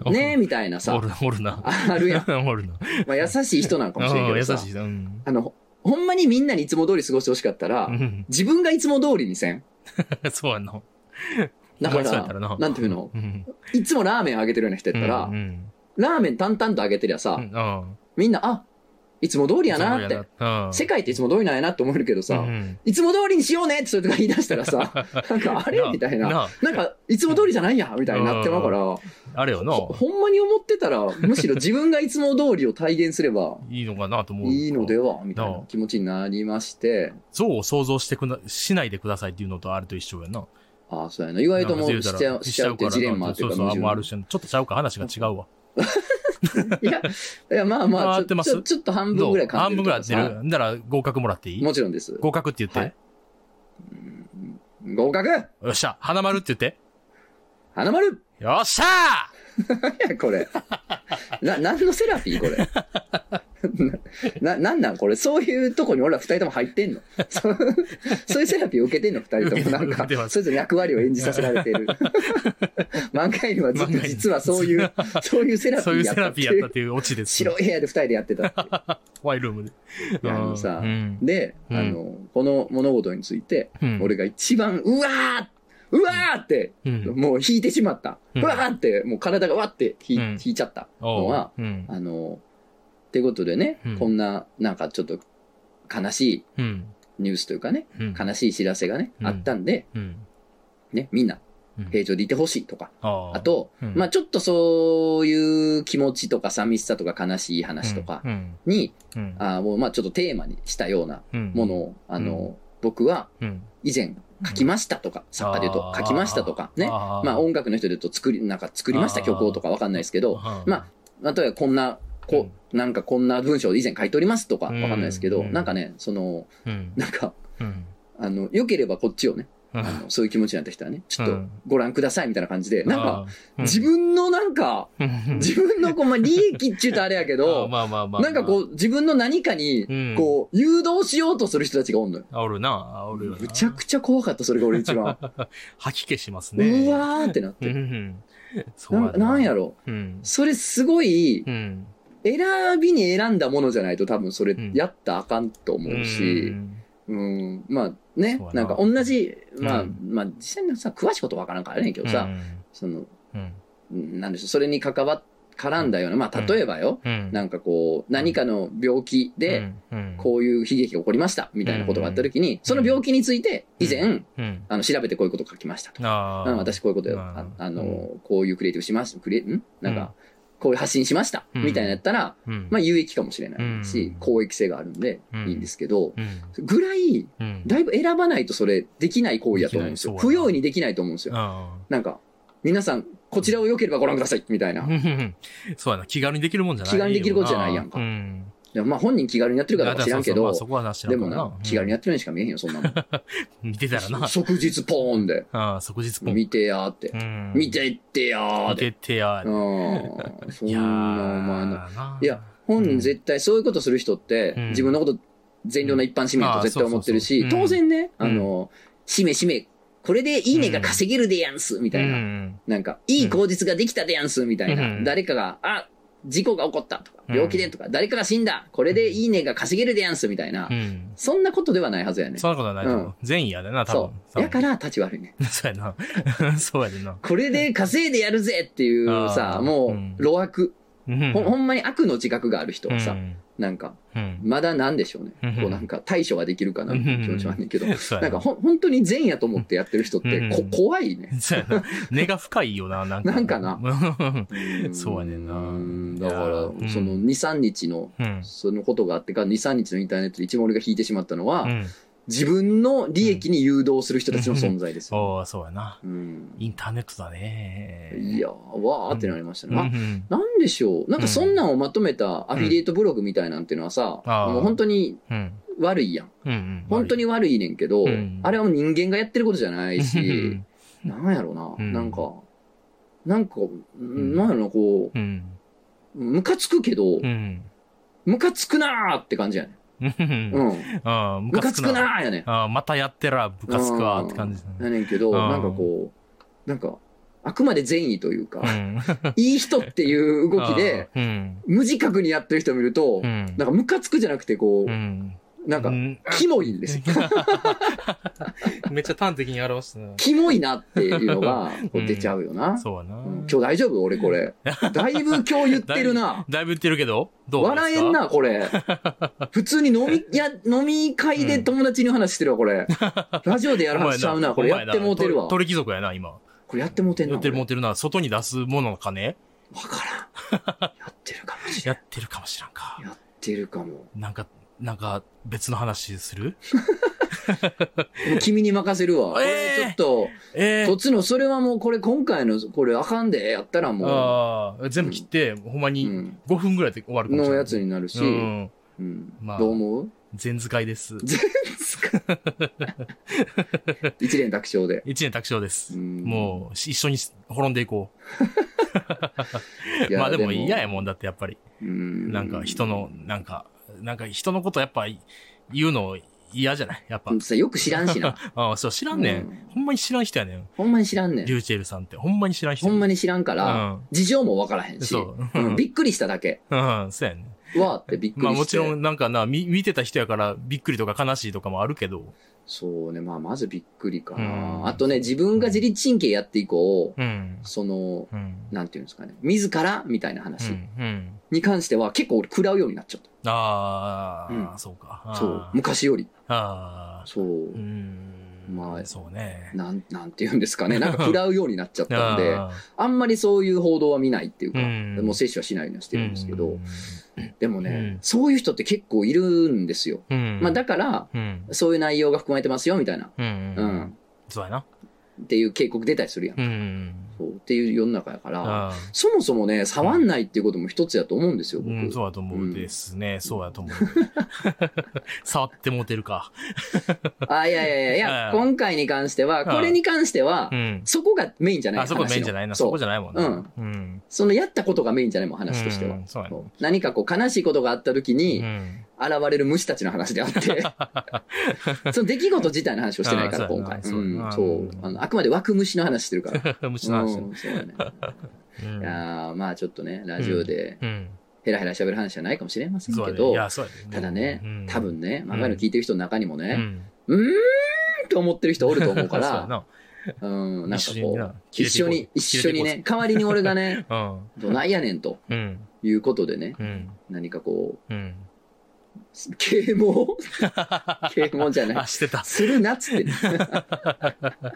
な
ね、みたいな
お
さ、
るおるな。
あるや ん。
おるな。
まあ、優しい人なんかもしれ
う
ん
ん
け
優
どさ、
しいな。うん。
あの、ほんまにみんなにいつも通り過ごしてほしかったら
う、ん
自分がいつも通りにせん。
そうやんの。
だか
お前そうや
ら
ったらな、
なんていうの
うん。
いつもラーメンあげてるような人やったら、
うんうん
ラーメン淡々とあげてりゃさ、
うんうん
みんな、あ、いつも通りやなっ
そう
て。
なうん。
世界っていつも通りなんやなって思えるけどさ、
うん
いつも通りにしようねってそれとか言い出したらさ、なんかあれみたいな。
な
なんか、いつも通りじゃないやみたいになってまうから、
あれよな。
ほほんまに思ってたら、むしろ自分がいつも通りを体現すれば
いいのかなと思う。
いいのでは、みたい
な
な
あ
気持ちになりまして、
像を想像してくな、しないでくださいっていうのとあると一緒やな。
ああ、そうやな。意外ともうしちゃう、しちゃうっていうジレンマっていうか
そうそう、もうあ
矛
る
盾。
し、ちょっとちゃうか、話が違うわ。
いや、いやまあま
合
あ、ち
っ
ょ
てます
ちょちょっと半
ど
分
う
ぐらい感
半
じ
分ぐらい合って
と思いま
る。なら合格もらってい
す
い
もちろんです。
合格って言っ
はい
て。
合格
よっしゃ、花丸って言って。
花丸
よっしゃ
これ。な、何のセラピーこれ。 な、なんなんこれそういうとこに俺ら二人とも入ってんの そうそういうセラピーを受けてんの二人とも。なん
受
か
けてま、す
それぞれ役割を演じさせられてる。漫画にはず
漫画に
実はそういう、そういう セラピ
そうい
ー
う
や
セ
った
ラ
っ
ピ
て
ーやっ
い
たっ
う。
ていうオチです。
白い部屋で二人でやってたっていう。
ホワイルームで。
いやあのさ
うん
で、
うん
あの、この物事について、
うん
俺が一番、うわーうわーって、
うん。
もう引いてしまった。
う
うんわーって、もう体がわって引い,、
うん
引いちゃったの
お
は
う、うん。
あの、ってことでね、
うん
こんな、なんかちょっと悲しい
うん。
ニュースというかね、
うん。
悲しい知らせがね、
うん
あったんで、
うん。
ね、みんな
うん
平常でいてほしいとか、
あー
あ、と、
うん
まあちょっとそういう気持ちとか寂しさとか悲しい話とか
うん、
に、
うん
あーもうまあちょっとテーマにしたような
うん
ものを、あの、僕は
うん
以前書きましたとか、作家で言うと書きましたとか、ね、
あー
まあ音楽の人で言うと作り、なんか作りました
あー
曲をとかわかんないですけど、
うん
まあとはこんな、こう、なんかこんな文章を以前書いておりますとかわかんないですけど、
うん
なんかね、その、
うん
なんか、
うん
あの、良ければこっちをね、
うん
あのそういう気持ちになった人はね、ちょっ
う
と
ん
ご覧くださいみたいな感じで、なんか、
あー
自分のなんか、
うん
自分のこう、まあ、利益って言うとあれやけ
あー
ど、
まあまあまあま
な
あ
んかこう、自分の何かに
うん、
こう、誘導しようとする人たちがおんのよ。
あおるなおるよな
むちゃくちゃ怖かった、それが俺一番。
吐き気します
う わ
ね
ーってなっ
う
て。
んそう
ななんや
ろ
ろ。
うん
それすごい、
うん
選びに選んだものじゃないと多分それ
うん
やったらあかんと思うし、うん、まあね
そう、や
な
なん
か同じ、まあ、
うん
まあ実際にさ、詳しいことわからんからあれやねんけどさ、その、
うん
なんでしょう、それに関わっ、絡んだような、まあ例えばよ、
うん
なんかこう、何かの病気で、
うん
こういう悲劇が起こりました、みたいなことがあった時に、その病気について、以
う
前、
うん
あの、調べてこういうこと書きましたと。
あ
うん私こういうことよ、
なる
あ
ほど
あの
う、
こういうクリエイティブします、クリエ、んなん
うん
か、こういう発信しました、
うん
みたいなやったら、まあ
ま
有益かもしれないし、
うん
公益性があるんで、
うん
いいんですけど、
うん
ぐらい、
うん
だいぶ選ばないとそれ、できない行為だと思うんですよ。
できないそう
不
やな
用意にできないと思うんですよ。
あ
なんか、皆さん、こちらを良ければご覧ください、みたいな。
ーうんそうやな気軽にできるもんじゃない
気軽にできることじゃないやんか
うん
いやまあ本人気軽にやってるかどうか知らんけど
いやだからそうそうまあ、そこはな知ら
で
んか
も
ら
な、気軽に
や
やってるようにしか見えへんよ、そん なもん。
見てたらな。
即日ポーンで、
ああ、即日ポン。
見てやーって
う。ん
見てってやー
見
って。
ててや。
うん。そ ん
いや
なお前の。
ない
や、本人絶対そういうことする人って、
うん
自分のこと善良な一般市民だと絶対思ってる
う
し
ん、
当然ね、
うん
あの、しめしめ、これでいいねが稼げるでやんす、みたいな。
な。
なんか、いい口実ができたでやんす、みたいうな。
ん
誰かが、あ、事故が起こったとか、
うん
病気でとか、誰かが死んだ、これでいいねが稼げるでやんす、みたいな
う。ん。
そんなことではないはずやね。
そんなことはないと
う
思う。善意やでな、多
そ
分。。
う。やからら、立ち悪いね。
そうやな。 そうやでな。
これで稼いでやるぜっていう
あ、
さ
ーう
も
ん
う、路悪、
うん
ほ。ほんまに悪の自覚がある人はさ
う、ん
なんか、
うん。
まだなんでしょうね
うん。
こうなんか対処ができるかなっていう気持ちはあんねん けど、
そう
な
や
んか
な。
ほん本当に善やと思ってやってる人ってこ
うん
怖いね。
そうやな。 根が深いよな、なんか。
なんかな
うん。 そうやねんな
うんだか
いや
ら、
うん
その2、3日の、
うん。
そのことがあってから2、3日のインターネットで一番俺が引いてしまったのは、
うん。
自分の利益に誘導する人たちの存在ですよ。
そう、そうやな。
うん
インターネットだね。
いやー、わーってなりましたね。
う
あ
ん。
なんでしょうなんかそんなんをまとめたアフィリエイトブログみたいなんていうのはさ、
うんあー
もう本当に
うん。
悪いやん。
うんうん。
本当に悪いねんけど、
うん
あれはもう人間がやってることじゃないし、なんやろな、
うん
なんか、なんか、
ん
なんやろな、こ
うん。
う、ムカつくけ
う、
ど
ん。
ムカつくなーって感じやね
うん
ん。。うん。
ああ、ム
ムカ
カ
つ
つ
く
くな。
なーやねん。
ああ、またやってら、ムカつくわって感じだね。
やねんけど、
うん
なんかこう、なんか、あくまで善意というか
う、ん。
いい人っていう動きで、
ああ。うん。
無自覚にやってる人を見ると
う、ん。
なんかムカつくじゃなくて、こ
う
う、
ん。
なんか
う、ん
キモいんですよ。
めっちゃ端的に表したな。
キモいなっていうのがこう出ちゃうよな。
そうやな。
うん今日大丈夫俺これ。 だいぶ今日言ってるな。
だいぶ言ってるけど、どうですか
笑えん。な、これ。 普通に飲み、いや、飲み会で友達に話してるわ、これ。ラジオでやる話しちゃうな。これやってもうてるわ。
鳥
こ
鳥貴族やな、今。
れやってもうてんな。
やってるもう
俺
てるな。外に出すものの金
わから ん。やってるかもしれん。
や
や
ってるかもしらんか。
ってるかも。も
なんか、なんか、別の話する
う君に任せるわ。こ
え
れ
ー
ちょっ
ええ
と、こっちの、それはもうこれ今回の、これあかんで、やったらも
ああ、全部切って、ほんま
う、う
に
ん、
5分ぐらいで終わるかもしれ
の
ない。
やつになるし、
うん。
うん
まあ
どう思う
全使いです。
一連卓勝で。
一年卓勝です。
うん
もう、し一緒にし滅んでいこう。
いや
まあでも
でも
嫌やもんだってやっぱり。
うん
なんか人の、なんか、なんか人のことやっぱ言うの嫌じゃないやっぱ。
さよく知らんしな。
ああ、そう、 知らんねん,、
うん
ほんまに知らん人やねん。
ほんまに知らんねん
リ。ューチェルさんって。ほんまに知らん人。
ほんまに知らんから、
うん
事情もわからへんし、
そううん
びっくりしただけ。
うん、そうやねん。
わーってびっくりして。
まあもちろんなんかな、見見てた人やからびっくりとか悲しいとかもあるけど。
そうね、まあまずびっくりかな。
うん
あとね、自分が自律神経やって以降、
うん。
その、
うん。
なんていうんですかね、自らみたいな
う
話
ん。うん。
に関しては結構俺食らうようになっちゃっ
ああ、
うん
そうか。あー
た。そう、昔より。
ああ。
そう、
うん。
まあ
そうね。
なん、なんていうんです かね、なんか食らうようになっちゃったんで、
あ
あんまりそういう報道は見ないっていうか、
うん
もう摂取はしないようにはしてるんですけど、。でもね、
うん
そういう人って結構いるんですよ。
うん。
まあだから、
うん。
そういう内容が含まれてますよ、みたいな。
うん。う
うんん。
そうやな。
っていう警告出たりするやん。
うん。
そうっていう世の中やから、
ああ。
そもそもね、触んないっていうことも一つやと思うんですよ、僕。
うん、そうやと思うですね。そうやと 思う。触ってもうてるか。
あ、いやいやいやい や、
うん
今回に関しては、
ん
これに関しては
う、ん。
そこがメインじゃない
あそこメインじゃないな。
話の
そ
そ
こ
う。
じゃないもんな。うん。
そのやったことがメインじゃないもん、話としては
う。んそうや
そう何かこう悲しいことがあった時に
ね。うん。
現れる虫たちの話で あって、その出来事自体の話をしてないから、
あーそう
今
やな
回。
そうや
う
なん
そう。あのあくまで枠虫の話してる から。
虫の話だね
うんそうだね。
うん
いやーまあちょっとね、ラジオで
うん。
ヘラヘラ喋る話じゃないかもしれません
そう
け
や
ど、
ね。いや、そうやね。
ただね、
うん
多。分ね、漫画の聞いてる人の中にも
う
ね、
ん。
うーんって思ってる人おると思うか
そうや
ら、
な
うん、なんか
一緒
こ
に
う
な、
一緒に、一緒にね、代わりに俺 がね、
うん。
どないやねんと
うん。
いうことでね、
うん。
何かこ
うん。
う、啓蒙啓蒙じゃな
あ、
い。
してた。
するなっつってね。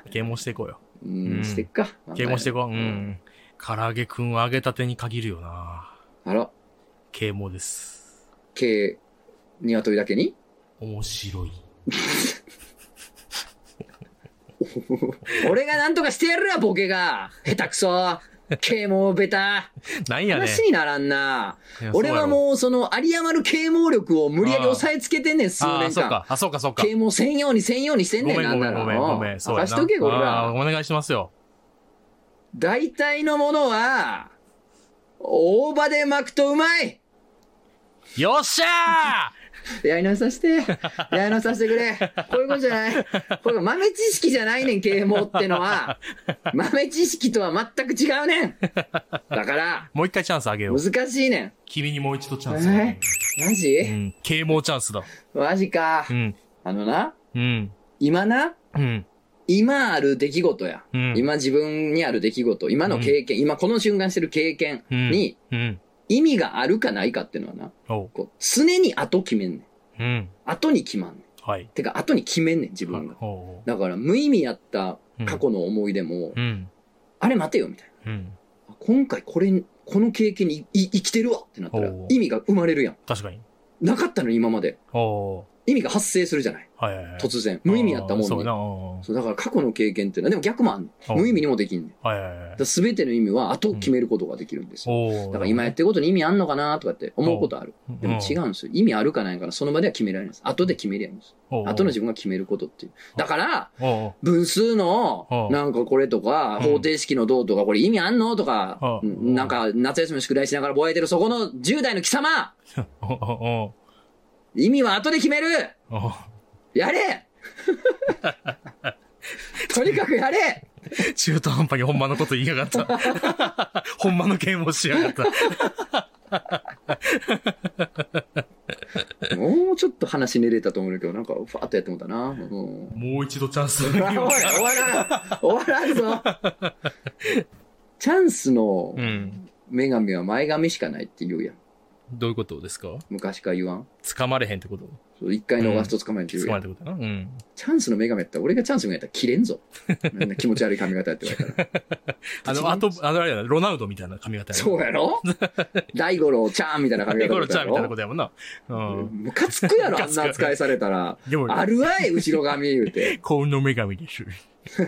啓蒙していこうよ。
う、
うんん
してっか。
啓蒙していこう。う
うん
ん。唐揚げくんは揚げたてに限るよな。
あら、
啓蒙です。
鶏、鶏だけに
面白い。
俺がなんとかしてやるわ、ボケが下手くそ啓蒙ベタ
なんやね
話にならんな。俺は
う、
もうその有り余る啓蒙力を無理やり抑えつけてんねん、数
あー、
年
そう
間。
か。あ、そうか、そうか。
啓蒙専用に専用にしてん
ご
ね
めん
ん、な
ご
ん
め
なら
ん。ごめんごめん。そうや
任
な。
しとけ、こ
あー
ら。
お願いしますよ。
大体のものは、大葉で巻くとうまい
よっしゃ
やり直さ せて。やり直させてくれ。こういうことじゃない。これ豆知識じゃないねん、啓蒙ってのは。豆知識とは全く違うねん。だから、
ー もう一回チャンスあげよう。
難しいね
君にもう一度チ
ん。
ャ
え
ンスあげよ
ーマ
う。う
ジ
ん。啓蒙チャンスだ。
マジか
う。ん。
あのな、
うん。
今な、
うん。
今ある出来事や。
うん。
今自分にある出来事、今の経験、今この瞬間してる経験に
うん。
意味があるかないかっていうのはな、
おう。
こう常に後決めんねん。
うん。
後に決まんねん。
はい。
てか後に決めんねん、自分が。
おう
だから無意味やった過去の思い出も、
うん。
あれ待てよ、みたいな。
うん。
あ今回これ、この経験にい生きてるわってなった
お
ら
う
意味が生まれるやん。
確かに。
なかったの今まで。
おう。
意味が発生するじゃない。
はいはいはい。
突然。無意味やったもんに。
そうやな。おう
そうだから過去の経験っていうのは、でも逆もあんねん
おう
無意味にもできんねん。
はいはいはい
だ。すべての意味は後を決めることができるんですよ。
おう。
だから今やってることに意味あんのかなとかって思うことある。
うん、
でも違うんですよ。意味あるかないかのその場では決められないです。後で決めりゃいいんです。
おう。
後の自分が決めることっていう。だから、
おう。
分数の
は、あ
なんかこれとか、
ん
方程式のどうとか、これ意味あんのとか
は、あ
うんなんか夏休みの宿題しながらぼやいてるそこの10代の貴様
おう。お
意味は後で決める
う。おう。
や れとにかくやれ
中途半端にほんまのこと言いやがった。 ほんまの啓蒙しやが った。
もうちょっと話練れたと思うんだけど、なんか、ふわっとやってもうたな。うん
もう一度チャンス
おい終わらん終わらんぞチャンスの
うん。
女神は前髪しかないって言うやん。
どういうことですか
昔から言わん。
掴まれへんってこと
そう一回逃すと捕まえるって言う
掴
やん
まれ。たことやな。うん。
チャンスの女神やったら、俺がチャンスの女神やったら切れんぞ。あんな気持ち悪い髪型やって言わ れたら。
あの、あと、あの、あれやな、ロナウドみたいな髪型やな。
そうやろ大五郎ちゃんみたいな髪
ニ
型
コ
や
ル
った
ちゃんみたいなこ
ろ
とやもんな。うん。
ムカつくやろ、あんな扱いされたら。
でも、
あるわい、後ろ髪言うて。
幸運の女神です。
出っ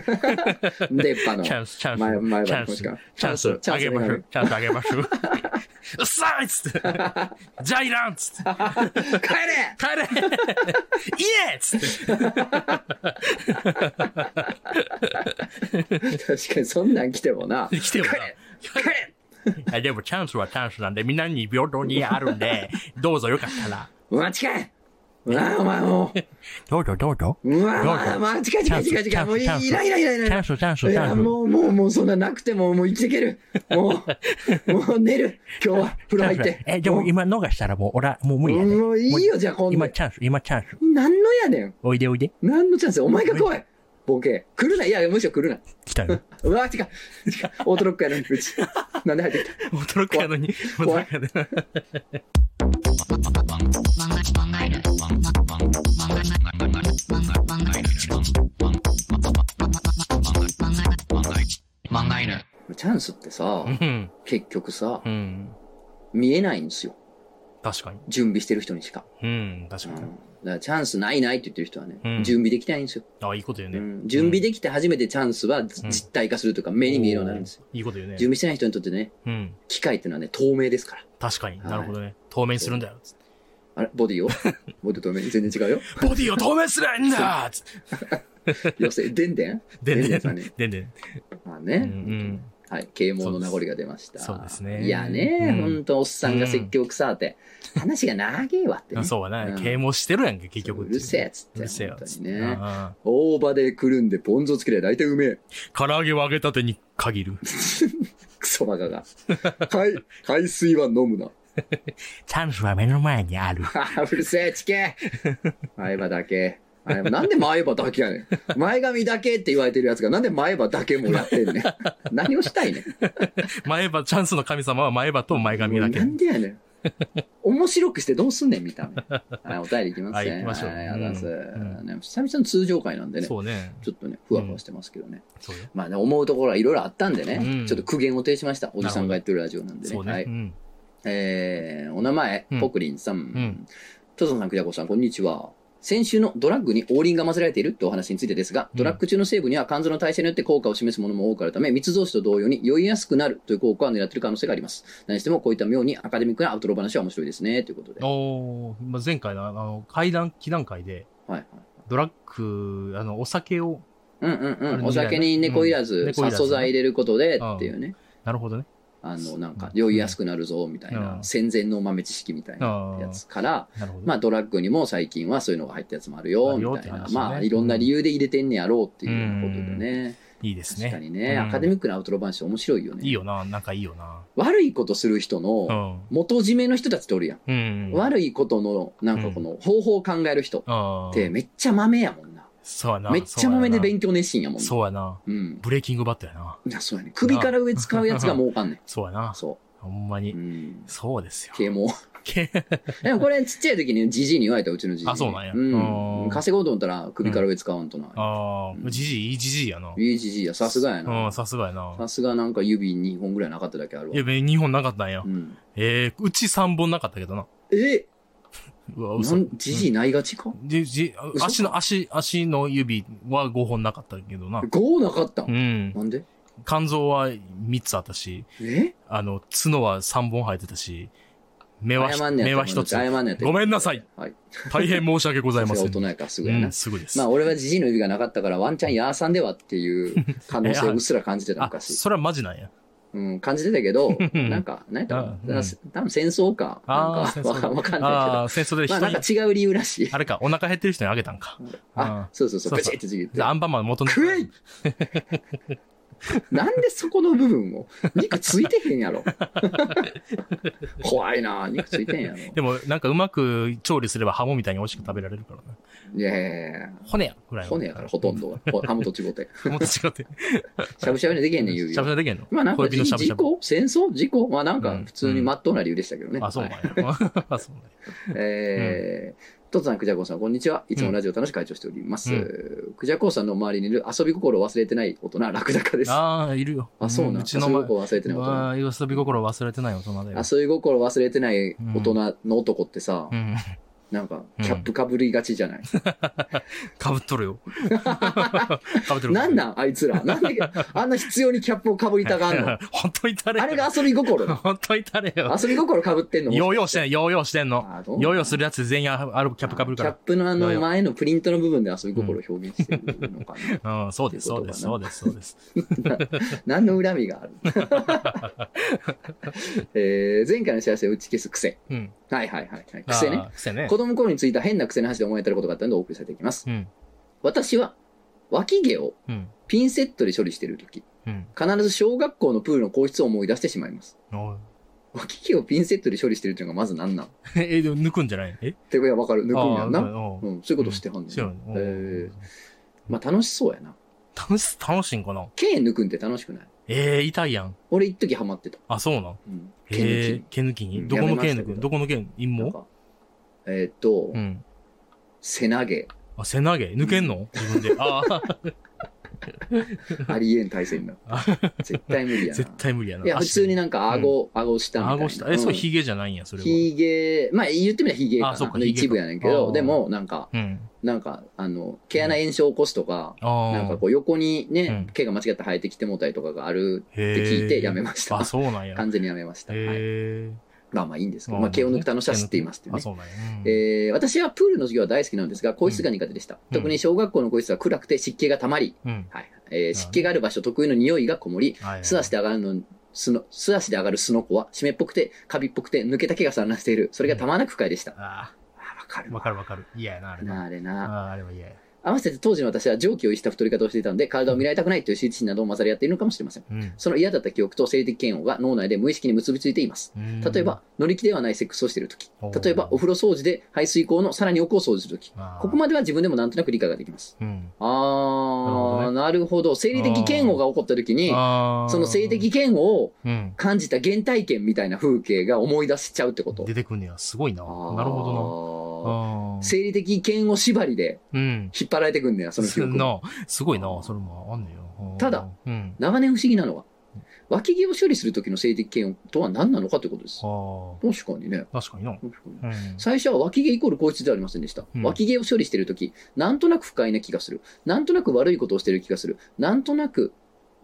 歯の
チ。ャンス、チャンス。
前前
チャ
歯
ン
も
ス
しか。
チャンス、あげましょう。チャンスあげまし ょう。うっさーいっつって。じゃあいらんっつ って。
帰れ
帰れ いえっつって。
確かにそんなん来てもな。
来てもな。
帰れ
あでもチャンスはチャンスなんで、みんなに平等にあるんで、どうぞよかったら。
うわ、近いうわ、お前も
どうぞどうぞ。
う。うわ、
どうぞ
まあまあ、近い近い近い
チ
近い。
ャンス
もういい、
チャンス
いらんいらんいらんい
チ
らん
ャンスチャンス
い
チャ
や、
ンス。
もう、もう、もう、そんななくても、もう生きていける。も う、もう寝る。今日は、風呂入って。
え、でも今逃したらもう、俺はもう無理やね。
もういいよ、じゃあ今度
今。チャンス、今チャンス。
何のやねん。
おいでおいで。
何のチャンスお前が来いボケ。来るな。いや、むしろ来るな。
来たよ。
うわ、違う。違う。オートロックやの に、うち。なんで入ってきた
驚くやのに、
怖い
驚くやのに
チャンスってさ
う、ん。
結局さ
う、ん。
見えないんですよ。
確かに。
準備してる人にしか。
うん。確
うん
か
だ
に。
からチャンスないないって言ってる人はね、
うん
準備できてないんですよ、
あ、いいこと言う
う
ね。
ん準備できて初めてチャンスは実体化するというか、目に見えるようになるんですよ。
いいこと言うね
準。備してない人にとってね、
うん。
機械っていうのはね、透明ですから。
確かに。なるほどね。透明にするんだよ。つって
あれボ ディをボディ透明全然違うよ。
ボディを透明するんだつって
要するに、でんでん
でんでん
さんね。。
でんでん。
まあ
う
ね、
ん。
はい、啓蒙の名残が出ました。
そうですね
いやね、
うん
ほんと、おっさんが説教くさーって、話が長えわって、
う
ね
ん。。そうはな
う。ん
啓蒙してるやんけ、結局。
うるせえっつって。
うるせえよ
本当
つっ
に
て。
ね。
あ
大葉でくるんでポン酢つけりゃ大体うめえ。
あ唐揚げは揚げたてに限る。
クソバ カが。海、海水は飲むな。
チャンスは目の前にある。
あうるせえ、ちけ前歯だけ。あれなんで前歯だけやねん。前髪だけって言われてるやつが、なんで前歯だけもやってんねん。何をしたいねん。
前歯、チャンスの神様は前歯と前髪だけ
な。んでやねん。面白くしてどうすんねん、見た目。はい、お便りいきますね。
はい行きましょう
はい、ありがとうございます
うんう
ね久々の通常回なんでね。
そうね。
ちょっとね、ふわふわしてますけどね。
そうよ。
まあね、思うところはいろいろあったんでね、
うん
ちょっと苦言を呈しました。おじさんがやってるラジオなんでね。
そう
は
ね
い。
う。ん。
えー、お名前、
うん
ポクリンさん。
ん
トソンさん、クジャコさん、こんにちは。先週のドラッグに王林が混ぜられているってお話についてですが、
うん
ドラッグ中の成分には肝臓の代謝によって効果を示すものも多くあるため、密造酒と同様に酔いやすくなるという効果を狙っている可能性があります。何してもこういった妙にアカデミックなアウトロ話は面白いですね、ということで。はい
おーまあ前回のあの、会談、祈談会で、
はい。
ドラッグ、あの、お酒を、
うんうん
あ
うん。
れ
お酒に猫いら
うん
ず、
猫いら
殺
ず
素剤入れることでっていうね、
なるほどね。
あの、なんか酔いやすくなるぞ、みたいな
う、ん
戦前の豆知識みたいなやつから、
なるほど。
まあドラッグにも最近はそういうのが入ったやつもあるよ、
あるよ
みたい
っ
な。
て話ね
まあいろんな理由で入れてんねやろうっていうようなことでね。
いいです
確か
ね。
にね、
うん
アカデミックなアウトロ話面白いよね。
いいよな、なんかいいよな。
悪いことする
う
人の
ん。
元締めの人たちっておるやん。
うん。
悪いことのなんかこの方法を考える人
あ
っ
ー
てめっちゃ豆やもんな。
そうやな。
めっちゃ豆で
強
勉強熱心やもんな。
そうやな。
うん。
ブレイキングバットやな。
いや、そうやね。首から上使うやつが 儲かんねん。
そうやな。
そ
ほんま
う。う
に。
ん。
そうですよ。
啓蒙。
け
でもこれちっちゃい時にじじいに言われたうちのじじい。
あそうなんや
う
うん
ん。稼ごうと思ったら首から上使わんとな。
ああ、
うん
じじい、いいじじいやな。
いいじじいや、さすがや
う、。
なん
さすがやな。
さすがなんか指2本ぐらいなかっただけあるわ
いや、。2本なかったんや
う。ん、
えー、うち3本なかったけどな。
え
うわ、
な
嘘。
んじじいないがちか、
で、じ、あ
嘘
足の、足、足の指は5本なかったけどな。
五 ?5 なかったん、
うん。
なんで
肝臓は3つあったし、
え
あの、角は3本生えてたし、目はひ、
謝んねや
目は1つ。
謝んねや
ごめんなさい。
はい。
大変申し訳ございませ
さす
ん。
が大人やからすぐや
う
な。
ん、すぐです。
まあ俺はじじいの指がなかったからワンチャンヤーさんではっ ていう可能性をうっすら感じてた
あ、
昔。
それはマジなんや。
うん、感じてた けど、
うん
なんか、なんやったか
あ
な
うん
多分戦争か。
あ ー
なんか、わかわかん
あ
ない
あ、戦争で
け
人
ど。まあなん
に
か、違う理由らしい。
あれか、お腹減ってる人にあげたんか。
あ、そうそうそう、
そう
ペ
そ
チ
う
ってちぎって
で、。アンパンマン元の。
食えいなんでそこの部分を肉ついてへん やろ怖いな肉ついてんやろ
でも、なんかうまく調理すればハモみたいに美味しく食べられるからな。
いやいやいや
骨やぐらいの。
骨やからほとんどがほハムと違って
もっと違って。
しゃぶしゃぶにできへんねん指
しゃぶしゃぶできへんの
まあなん
小
か
指のしゃぶし
事
ゃぶ。
故戦争事故まあなんか
うん
普通に真っ当な理由でしたけどね、
あ、そう
は
なん
い
や。 あ、そうなんや。
えートツさん、クジャコさん、こんにちは。いつもラジオ楽しく会長しております。
う
クジャコさんの周りにいる遊び心を忘れてない大人、ラクダカです。あ
ああ、いるよ。
そうなん
うち
遊
の
び
前。
心忘れてない大人
ま。あ、遊び心忘れてない大人だよ。
遊び心忘れてない大人の男ってさ、
うん。
なんか、キャップかぶりがちじゃない。
かぶっと るよ。かぶっとる。
なんなんあいつ ら。なんで、あんな必要にキャップをかぶりたがんの
本当に誰
あれが遊び心なの
本当に誰よ。
遊び心かぶって んの
ヨーヨーしてんの、ヨーヨーしてんの
あ。どう
ヨーヨーするやつ全員あるキャップかぶる
キ
か
ャッ
ら。
プのあ
いやい
の
や
前のプリントの部分で遊び心を表現してるのか な。
うん、そうです、そうです、そうです、そうです。
何の恨みがある えー前回の幸せを打ち消す癖。
うん。
はいはいはい、はい。癖ね
あ。ー。癖ね
子。供頃についた変な癖の話で思い当たることがあったのでお送りさせていきます。
うん、
私は、脇毛を
うん、
ピンセットで処理しているとき、
うん。
必ず小学校のプールの皇室を思い出してしまいます。
おい
脇毛をピンセットで処理してるっていうのがまず何なんっ
え、でも抜くんじゃないえ
てことはわかる。抜くんやん
あ
な。
ーう
うんん、そういうことしてはんね
知らん
ん。
うん
えーまあ楽しそうやな。
楽し、楽しいんかな
毛抜くんって楽しくない
えー、痛いやん。
俺一時ハマってた。
あ、そうなん。
うん、毛抜き
えー、毛抜き
う
に
ん
どこの毛
やめました
抜
け
く
ど
どこの毛陰
なん
毛
かえーっと、
うん。
背投げ、
あ、背投げ抜けんの自分で。あ ー
ありえん体 勢になる
あ。
絶対無理やな。
絶対無理やな。
いや、普通に
な。
なんか顎、顎下みたいな。
顎した。え、それヒ
ゲ。
ゲじゃないんや、それは。
ひげ、まあ言ってみればひげか
あそう
な。
か
の
ひげか
一部やねんけ
あ
ど、
ー
でもなんか、
うん。
なんか、あの、毛穴炎症起こすとか、
ああ。
なんかこう横にね
う、ん
毛が間違って生えてきてもうたりとかがある
へ
っ
ー
て聞いてやめました
あ、。そうなんや。
完全にやめました。はい
へえ。
まあまあいいんですけど、
あー
まあ毛を抜く楽しさ知っていますっていう
あ、
ね。
そうなんや。うん
えー私はプールの授業は大好きなんですが、個室が苦手でした。
うん
特に小学校の個室は暗くて湿気がたまり、
うん。
はいえー湿気がある場所特有の匂いがこもり、
はい
素足で上がるの、すの素足で上がるすのこは湿っぽくて、カビっぽくて、抜けた毛が散乱している。それがたまらなく不快でした。あ
あ
ーわか
あ、
る
わかるわかる。嫌やな、あれ
な
な。
あれな。
ああ、あれは嫌や。
合わせて当時の私は蒸気を逸した太り方をしていたので、体を見られたくないという羞恥心などを混ざり合っているのかもしれません。
うん。
その嫌だった記憶と生理的嫌悪が脳内で無意識に結びついています。
うん
例えば、、乗り気ではないセックスをしているとき
お。ー
例えば、お風呂掃除で排水口のさらに奥を掃除するとき。ここ
ま
までは自分でもなんとなく理解ができます。
で。うん。
あー、なるほど。生理的嫌悪が起こった時に、
あー
その性的、嫌悪を
うん。
感じた原体験みたいな風景が思い出しちゃうってこと。
出てくんねや。すごいな。
あ
な
ー
るほどな。あー
生理的嫌悪縛りで
うん。
引っ張られてくんだよ、その記憶。
なすごいな。それもあんねよ。
ただ、
うん。
長年不思議なのは、脇毛を処理する時の性的嫌悪とは何なのかということです
あ。あ、
確かにね。
確かにな。
確かに
うん。
最初は脇毛イコール皇室ではありませんでした。
うん
脇毛を処理しているとき、なんとなく不快な気がする。なんとなく悪いことをしている気がする。なんとなく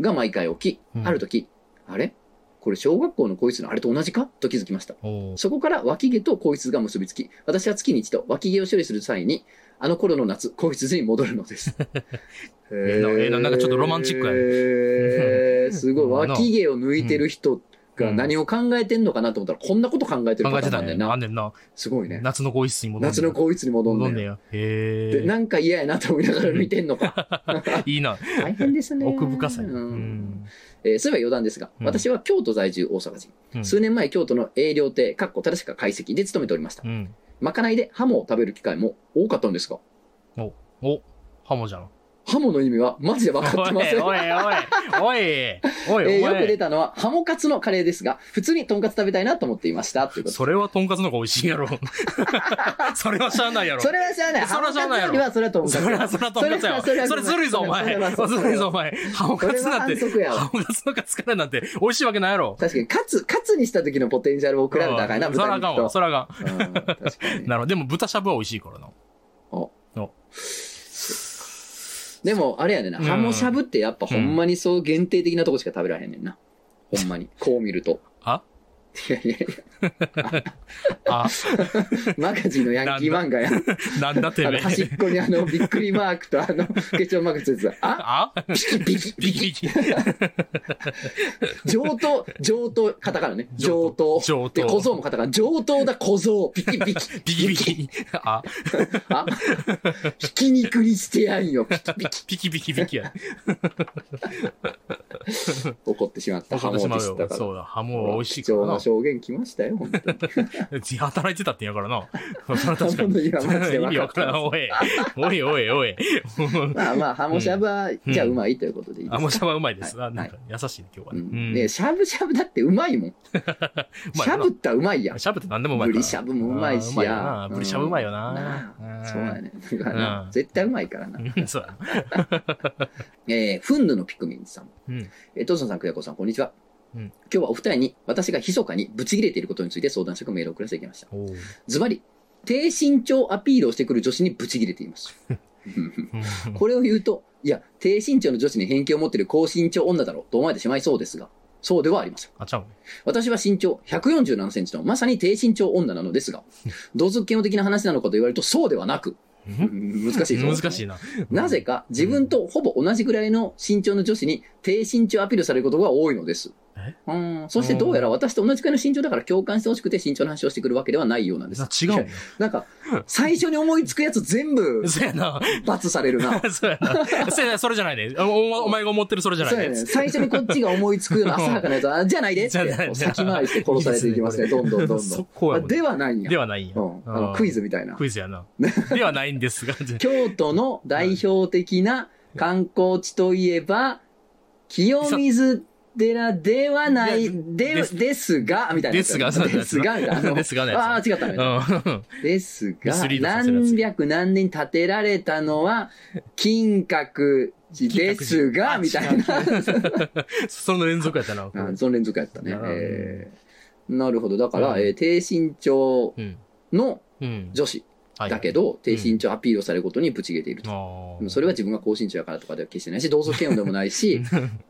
が毎回起き、
うん
あるとき、あれこれ小学校の皇室のあれと同じかと気づきました。
おー
そこから脇毛と皇室が結びつき、私は月に一度脇毛を処理する際に、あの頃の夏、皇室に戻るの です。
えなええななんかちょっとロマンチックやね
やね。すごい。
うん
脇毛を抜いてる人が何を考えてんのかなと思ったら、こんなこと考えてる
考
パ
え
タ
てた
ーンなんだ
ね。
よ
あ
な。
んねんな。
すごいね。
夏の更衣室に戻んねん
夏の皇室に戻ん
戻ん
ねん
ね
よ。
や。へ
で、
え。
なんか嫌やなと思いながら抜いてんのか。
いいな。
大変ですね。
奥深さに。う
うん
ん。
えーそういえば余談ですが、
うん
私は京都在住大阪人。
うん
数年前、京都の営業亭、かっこ正しか解析で勤めておりました。
うん。
まかないでハモを食べる機会も多かったんですが、
お、ハモじゃん。
ハモの意味はマジで分かってません。
お
お
い
い、おい、
えー
お
よく出
い。
たのは、ハモカツのカレーですが、普通にとんかつ食べたいなと思っていました。ということ
それはとんかつの方が美味しいやろ。 それはしゃあないやろ。
それは知らない。
そ
ハ
れ
モ
は知らな
カ
い
ツよ
やろ
りは、それはとんかつ。
それは、それはとんかつやわ。
そ
そ
れはそれ
れずるいぞ、お前。
それはそれは
ずるいぞ、お前。ハモ
そ
カ
れ
ツ
は
なん
反
て、
則やわ
ハ。モカツのカツカレーなんて美味しいわけないやろ。
確かに、カツ、カツにした時のポテンシャルを比べたらあかいな、
うんそれはあ
豚肉
かんわ、
と。
それはあか
うん確か に
ん。なるほど。でも豚しゃぶは美味しいからな。
でも、あれやねんな、
うん
ハモしゃぶってやっぱほんまにそう限定的なとこしか食べられへんねんな。ほんまに。こう見ると。
あ
いやいやい
あ、
や、マガジンのヤンキー漫画や。
なんだて
あ
め
の
え。
端っこにあの、びっくりマークとあの、ケチョンマークついてた。あ
あ
ビキビキ
ビ
ビ
キ
キ。
ビキ。
上等、上等、カタカナね。 上
上
等
等。上
で、
等
小僧もカタカナ。上等だ、小僧。ビキビ
ビ
キ。
キビキ。あ、
あひき肉にしてやんよ。ピキピキ。
ビキビキビキや。
怒ってしまった。
怒ってしまうよ。
ハモでした
そうだ、ハモは美味しいか
貴
ら
重な
な。
証言来ましたよ、本当に
働いてたってんやから な。それは
ハ
確か
モ
に。
の今マジ で
意
分
味
か
わ
っ
からん、
た。
おい。おいおいおい。
まあまあ、ハモしゃぶは、じゃあうまいということでいいで
あ、
す
もう
か。
シャバうまいです。
はい
あ、なんか優しいね今日は
う
ね。
ん、ねしゃぶしゃぶだってうまいもん。
まあ
しゃぶったらうまいやん。
シャブって何でもうまいから。
ブリシャブもうまいしや
あーうまいよなブリシャブうまいよな
な。あそうやね。だからな
うん
絶対うまいからな。
うん そうだな。
えー、フンヌのピクミンさん。
うん。
えー、トーソンさん、クヤコさん、こんにちは。
うん
今日はお二人に私が密かにブチ切れていることについて相談してメールを送らせていただきました。
おう
ズバリ、低身長アピールをしてくる女子にブチギレています。 これを言うと、いや、低身長の女子に偏見を持っている高身長女だろうと思われてしまいそうですが、そうではありません。
あちゃうね。
私は身長147センチのまさに低身長女なのです が、同族嫌悪的な話なのかと言われるとそうではなく、うん難しいぞ。
難しいな。
なぜか自分とほぼ同じぐらいの身長の女子に低身長アピールされることが多いのです
え。
うんそしてどうやら私と同じくらいの身長だから共感してほしくて身長の話をしてくるわけではないようなんです。
な違うの
なんか、最初に思いつくやつ全部
そうやな。
罰されるな。
そうやな。そうやな。それじゃないね。おおお前が思ってる それじゃな
そ
いう
や
ね
ね。。最初にこっちが思いつくような浅はかなやつは、あじゃないでっ
じゃない
てこう先回りして殺されていきますね。どんどんどんど
そ
ん。
こは、
あではないんや。
ではないんや。
うん、あ
う
の
ん
クイズみたいな。
クイズ やな。ではないんですが、じゃ
京都の代表的な観光地といえば、清水寺ではない、で、
で
ですが、みたいなやつ。
ですがそう
で
ですす
が、
が
みたいなあ の
ですがのやつ
ああ、違ったね。
あうん。
です
ミス
が
リー、ドさせるやつ
何百何年建てられたのは、金閣寺ですが、みたいな。
その連続やったな。
あその連続やったね。
なるほど
えーなるほど。だから、
うん
えー低身長
うん。
の
うん。
女子
はい
だけど、低身長アピールをされることにぶち切れていると。
あ
でも
あ。
それは自分が高身長やからとかでは決してないし、同族嫌悪でもないし、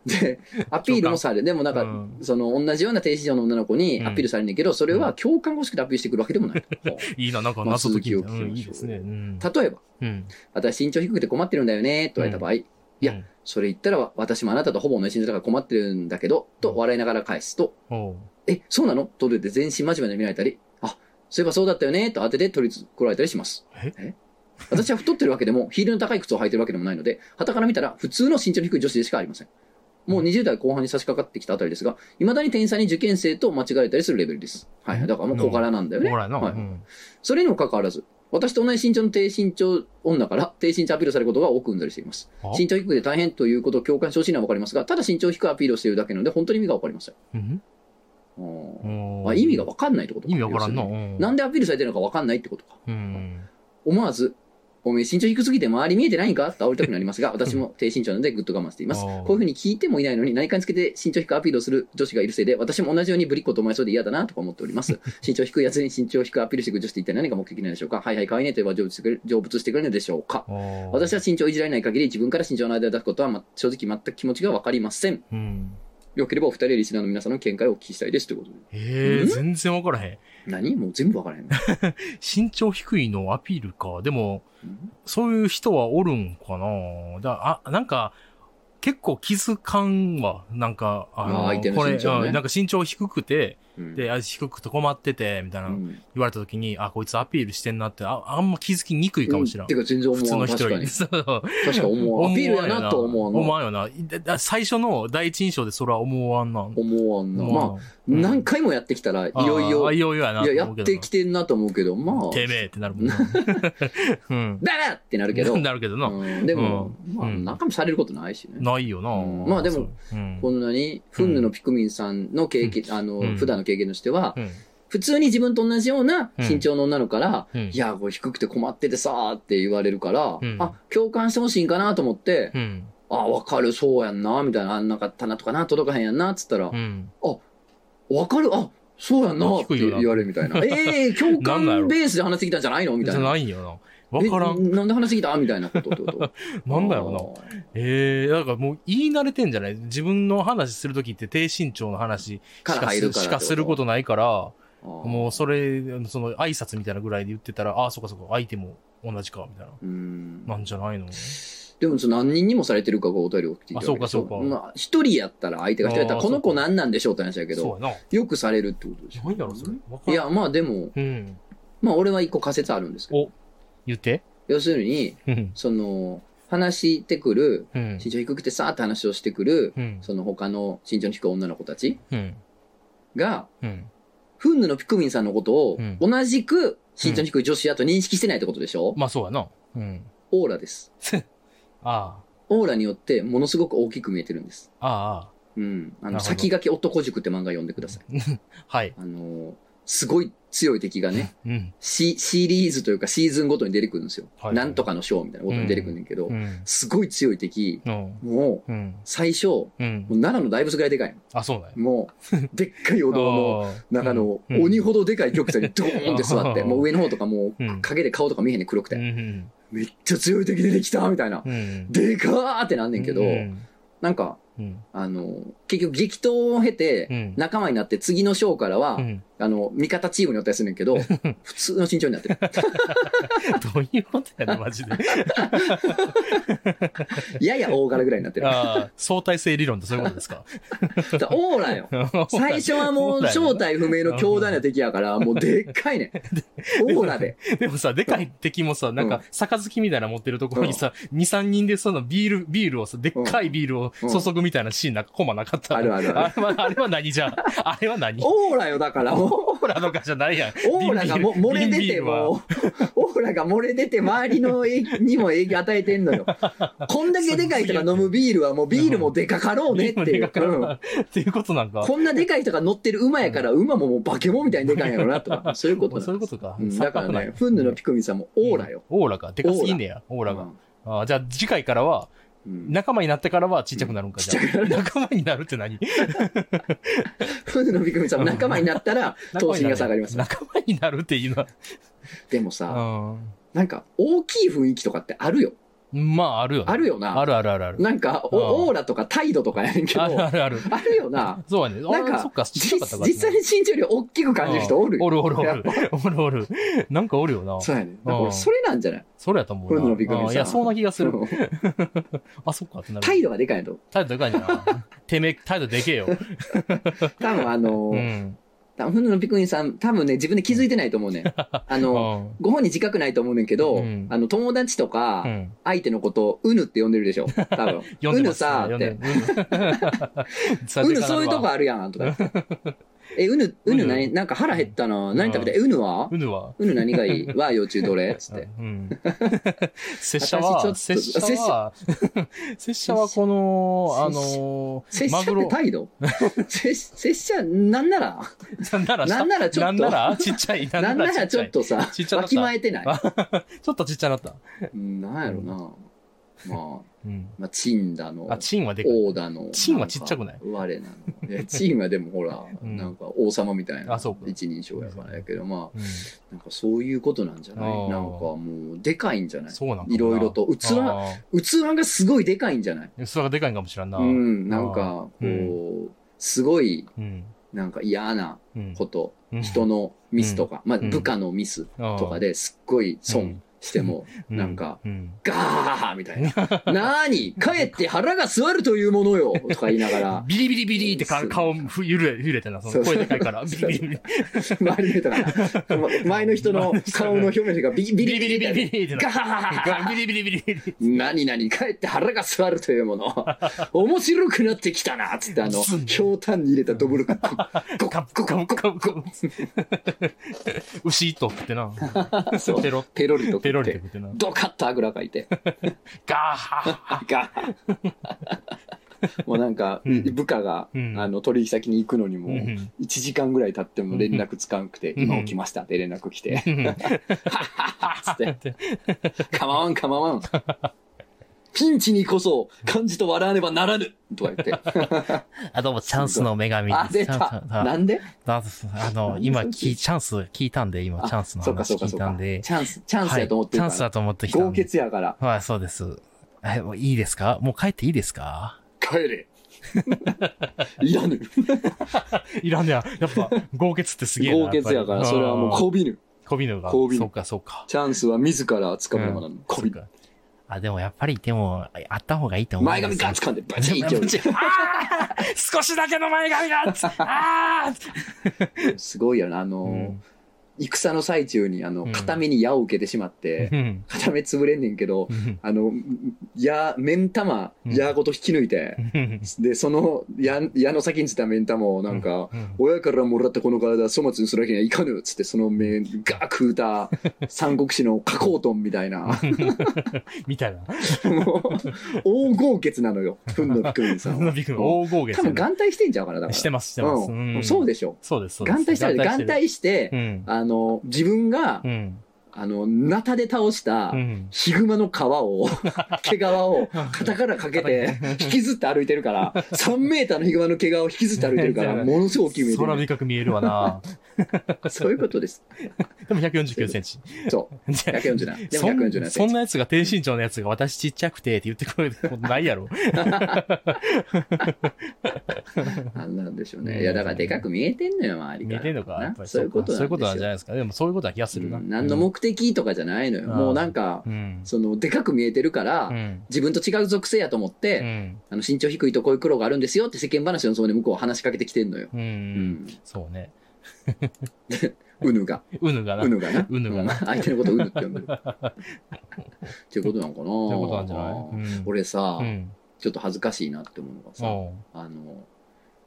で、アピールもされる。でもなんか、
うん
その、同じような低身長の女の子にアピールされるんだけど、それは共感が欲しくてアピールしてくるわけでもない。
いいな、なんか
まあ
謎解きみたい
続
な。
きを聞きましょう
うんいいですね。うん。
例えば、
うん。
私身長低くて困ってるんだよね、と言われた場合、いや
うん、
それ言ったら私もあなたとほぼ同じ身長だから困ってるんだけど、と笑いながら返すと、
おう
え、そうなのと出て全身真面目に見られたり、あ、そういえばそうだったよね、と当てて取り来られたりします。
え
私は太ってるわけでも、ヒールの高い靴を履いてるわけでもないので、傍から見たら普通の身長の低い女子でしかありません。もう20代後半に差し掛かってきたあたりですが、未だに店員さんに受験生と間違えたりするレベルです。はい。だからもう小柄なんだよね
ほ。らな。
は
う
い
ん。
それにもかかわらず、私と同じ身長の低身長女から低身長アピールされることが多くうんざりしています
あ。
身長低くて大変ということを共感してほしいのはわかりますが、ただ身長低くアピールをしているだけなので、本当に意味がわかりません。
うん
あー
お
あ
う
意味がわかんないってこと
意味わからんな。
要する
うん
になんでアピールされてるのかわかんないってことか。
うん。
思わず、おめえ身長低すぎて周り見えてないんかって煽りたくなりますが、私も低身長なのでぐっと我慢しています。
あー
こういうふうに聞いてもいないのに何かにつけて身長低くアピールをする女子がいるせいで、私も同じようにぶりっ子と思いそうで嫌だなとか思っており ます。身長低いやつに身長低くアピールしてくる女子って一体何が目的なんでしょうかはいはい、可愛いねと言えば成仏してくれる成仏してくれるのでしょうか
おう
私は身長をいじられない限り自分から身長の間を出すことは、ま、正直全く気持ちがわかりません。
うん。
よければお二人やリスナーの皆さんの見解をお聞きしたいです。という ことで。
ええ、
ん
全然わからへん。
何もう全部わからへん。
身長低いのをアピールか。でも、そういう人はおるんかなだあ、なんか、結構気づかんわ。なんか、あ
あー
の、
相手の
これ、
身長ね
うんなんか身長低くて、
うん
で、あ低くて困ってて、みたいな、
う
言
ん
われた時に、あ、こいつアピールしてんなって、ああんま気づきにくいかもしれ
うんて。か全然
普通
思わ
の
ん。
人
確
よ
か
り。
に。
そう
確か思 わん。アピールやなとは思わんの。
思わんよな。だだ最初の第一印象でそれは思わんな。
思わんな。まあ、
あ、
何回もやってきたら、い
あー
よいよ、
あい
い
よいよやな。
や、やってきてんなと思うけど、まあ、
てめえってなるもんな。 うん。
だらってなるけ ど、
なるけどな。
うんでも、
うん
まあ、
うん
中もされることないしね。
ないよな。
うんまあでも
そう、うん
こんなに、フンヌのピクミンさんの経験、あの、
うん
普段の経験としては、
うん
普通に自分と同じような
うん
身長の女の子から、
うん
いや、これ低くて困っててさーって言われるから、
うん
あ、共感してほしいんかなと思って、
うん。
あ、わかる、そうやんな、みたいな、あんなかったなとかな、届かへんやんな、つったら
う、ん。
わかるあそうやんなって
低いよ
言
な
われるみ たいな。ええ共
なんなんや
感
ろ
ベースで話してきたんじゃないのみ
じ
た
ゃ
いな。
ないんよな。わからん。
えなんで話してきたみたいなことってこと。
なんだろ
うな。
うな。ええ、だからもう言い慣れてんじゃない自分の話するときって低身長の話し
から
か
入る
す
から。
しかすることないから、も
も
うそれ、その挨拶みたいなぐらいで言ってたら、ああ、そっかそっか、相手も同じか、みたいな。
う。ん。
なんじゃないの
でも、その何人にもされてるかがお便りを聞いて
あそうかそうか
まあ、一人やったら相手が一人やったら、
あー
この
そ
子
うか
何なんでしょうって話やけ
そ
ど、
うやな。
よくされるってことでしょ。
何やろ、それ。わか
い
らん。
や、まあでも、
うん。
まあ俺は一個仮説あるんですけど、
お、言って。
要するに、
うん。
その、話してくる、
うん。
身長低くてさーって話をしてくる、
うん。
その他の身長の低い女の子たち
うん。
が、
うん。
フンヌのピクミンさんのことを
う、ん
同じく身長の低い女子やと認識してないってことでしょ、
まあそうやな。うん。
オーラです。
あ
オーラによってものすごく大きく見えてるんです。
あ、ああ、あ
うん。あ
なるほ
の、
ど
先駆け男塾って漫画読んでくださ い。
あ。はい。
あのー、すごい強い敵がね、
うん。
シシリーズというかシーズンごとに出てくるんですよ。
はい
なんとかのショーみたいなことに出てくるんだけど、
うん。
すごい強い敵、
うん。
もう、
うん。
最初、も
うん
う。奈良の大仏ぐらいでかい
あ、そうだよ。
の。も う、でっかいお堂の
あー
中の
うん
鬼ほどでかい極座にドーンって座って、
うん
もう上の方とかもう
うん
影で顔とか見えへんねん黒く
う
て。
ん。
めっちゃ強い敵出てきたみたいな。
うん。
でかーってなんねんけど
う、ん。
なんか、
うん。
あの、結局激闘を経
う
て、
ん。
仲間になって次の章からは
う、ん
あの、味方チームにおったりするんやけど、普通の身長に なってる。
どういうことやね、マジで。
やや大柄ぐらいになってる。
ああ、相対性理論ってそういうことですか。
だからオーラよ。 最初はもう正体不明の強大な敵やから、もうでっかいね。オーラで。
でもさ、でかい敵もさ、なん
う
か
ん、
杯みたいなの持ってるところにさ、2、3人でそのビール、ビールをさ、でっかいビールを注ぐみたいなシーンなんかコマなかった。
あるあるあ
あれは、あれは何じゃあ、あれは何オ
オーラよ、だからもう。
ーラとかじゃないやん。
オーラがも
瓶ビ
漏
ール
れ出
瓶ビー
て
ルは
もう、 オーラが漏れ出て周りの影にも影響与えてんの よ。こんだけでかい人が飲むビールはもうビールもでかかろうねって
で
い
か
う。
かる
うん
っていうことなんか。
こんなでかい人が乗ってる馬やから、馬ももう化け物みたいにでかいんやろなとか、そういうこと
そう
ないん
う
で
こと
す
か
う。んだか
錯
ら
覚なん
ね
や、
フンヌのピクミンさんもオーラよ。。
オーラか。でかすぎんねや、オーラが。あーじゃあ次回からは、
うん。
仲間になってからはちっちゃくなるんか、じゃ
ちっち
あ。仲間になるって何
フンヌのピクミンさんも仲間になったら、 頭身が下がります。
仲間になるっていうの
でもさ、
は。
なんか、大きい雰囲気とかってあるよ。
うん。まあ、あるよね。
あるよな。
あるあるあるある。
なんか、
うん
おオーラとか態度とかやねんけど、
ある
あ
あるある。
るよな。
そうやね。
なん
あ
か
ーそっか、ちっちゃ
実
かったからね
実際に身長より大きく感じる人おる
うんお
よ。
るおるお
やっ
る。おるおる。なんかおるよな。
そうやねん。だから俺それなんじゃない
それやと思う
これのびっくり
な。あ
した
いや、そうな気がする。
うん
あ、そっかってなる。
態度がでかいの。
態度でかいな。てめえ、態度でけえよ。
多分あの
う
ー、
ん。
多分フンヌのピクミンさん、多分ね、自分で気づいてないと思うねん。あの、
うん
ご本人自覚ないと思うねんけど、
うん
あの、友達とか
う、ん。
相手のことを、うぬって呼んでるでしょ。多分。
呼んでま
うぬ
すね
さーって。
呼んでさ
う
でかな
ぬ
るわ
そういうとこあるやん、とか言って。え、うぬ、うぬ何、なんか腹減ったな。何食べたいえうぬは
うぬは
うぬ何が いいは幼虫どれつって。
うん。拙者は、
私ちょ
拙
っと
者は、拙者はこの、あの
拙
ー、
者
マ
って
グロ、
態 度拙拙者、なんなら、
なんなら、
なんならちょっ
な
と
んならちっちゃい。
なんならちょっとさ、わ
ちっちゃなった
きまえてない。
ちょっとちっちゃなった。
うんなんやろな。まあ、
うん。
まあ、チンだの、
あ、チンはでかい。
オーだの。
チンはちっちゃくない
んか我なの。いやチンはでもほら、
うん
なんか王様みたいな
あそうか
一人称やからやけど、まあ、
うん
なんかそういうことなんじゃな
あ
い
ー
なんかもう、でかいんじゃない
そうなんかもない
ろいろと。器、
あ
器がすごいでかいんじゃない
ーそれがでかいんかもしれんな。
うん、なんか、
う
こう、すごい、
うん。
なんか嫌な
うん。
こと、
うん
人のミスとか、まあ
うん
部下のミスと
と
か、ですっごい損しても、
う
なんか、
うん
ガーみたいな。なーに帰って腹が座るというものよとか言いながら、
ビリビリビリってか
そう
顔ふ揺れ、揺れてな、そ
そう
の声でかいから、ビリビリビリ、
周りの人が、前の人の顔の表面がビリビ
ビリビリ
リビリビ
ビリ
リ
ビリって
ガ
な。
ー
ビリビリビリビリ。
何々帰って腹が座るというもの。面白くなってきたなつってあの、ひょうたんに入れたドブルがゴッゴ
カ
ッ
ッ
ゴ
コ
ッ
カ
ゴッ
ッ
ゴ
コ
ッ
カッコ。牛とってな。
そう
ペロ、
ペロリと食って
ペロリとってな。
ドカッとあぐらかいて。
ガーハ
が、 もうなんか、
うん
部下が、
うん
あの、取引先に行くのにも、
うん
1時間ぐらい経っても連絡つかんくて、
うん
今起きましたって連絡来て、
ー。
つって、かまわんかまわん。ピンチにこそ、漢字と笑わねばならぬとか言って、
あ、どうも、チャンスの女神です。
あ、出
チャ
た
ンス
なんで
ああの、今、きチャンス聞いたんで、今、チャンスの
そうか
話
そうか
聞い
そ
うた
か。
ん
チ
で。
ャンス、チャンスやと思ってる
はいチャンス
か
だと思って
ら。
きたんで。
豪傑やから、
はい、そうです。えもういいですかもう帰っていいですか
帰 れいらぬ
いらんねや。やっぱ、豪傑ってすげえな。
豪傑やから、それはもう
こ、
こびぬ。
こびぬが。
こびぬ
そうか、そうか。
チャンスは自ら掴むものなの。こびぬ
そう。かあ、でもやっぱり、でも、あった方がいいと思う。
前髪ガッ掴んで、バチン
ぶち
って。
あー少しだけの前髪があー
すごいよな、あの、
うん
戦の最中に、あの
う、ん
片目に矢を受けてしまって、
うん。
片目潰れんねんけど、
うん
あの、矢、面玉、
うん
矢ごと引き抜いて、で、その矢、矢の先についた面玉をなんか、
うん
親からもらったこの体粗末にするわけにはいかぬっつってその面が食うた三国志の加工トンみたいな
みたいな。
もう大豪傑なのよふんのびくんさんは
びく大豪
多
月
分眼帯してんちゃうからだから
してます、してます。
うんそう
で
でしょ
そうです、そうです。
眼帯したら眼
る
帯して、
うん。
あの自分が、
うん。
あのナタで倒した、
うん。
ヒグマの 皮を、毛皮を肩からかけて、引きずって歩いてるから、3 メーターのヒグマの毛皮を引きずって歩いてるから、ものすごい大きい目で
空深く見えるわ な。
そういうことです。
でも149センチ。
そう。147。でも147
そんそんなやつが低身長のやつが私ちっちゃくてって言ってくれることない やろ。
あんなんでしょう
う
ね。
ん
いや、だからでかく見えてんのよ、周りが。
見えてんのかやっぱ
な
り
そういうこと
そういうこと
な
なんんじ
です
ゃな
よ
いですか。でもそういうことは気がするな。
うん何の目的とかじゃないのよ。
うん
もうなんか
う、ん。
その、でかく見えてるから
う、ん。
自分と違う属性やと思っ
う
て、
ん。
あの、身長低いとこういう苦労があるんですよって世間話のそこで向こうは話しかけてきてんのよ。
う。
うんん。
そうね。
うぬが。
うぬがな。
うぬがな。
うぬがな
うん相手のことうぬって呼ん でる。っていうことなんかな
そういうことなんじゃないうん
俺さ
う、ん。
ちょっと恥ずかしいなって思うのがさ、
おう
あの、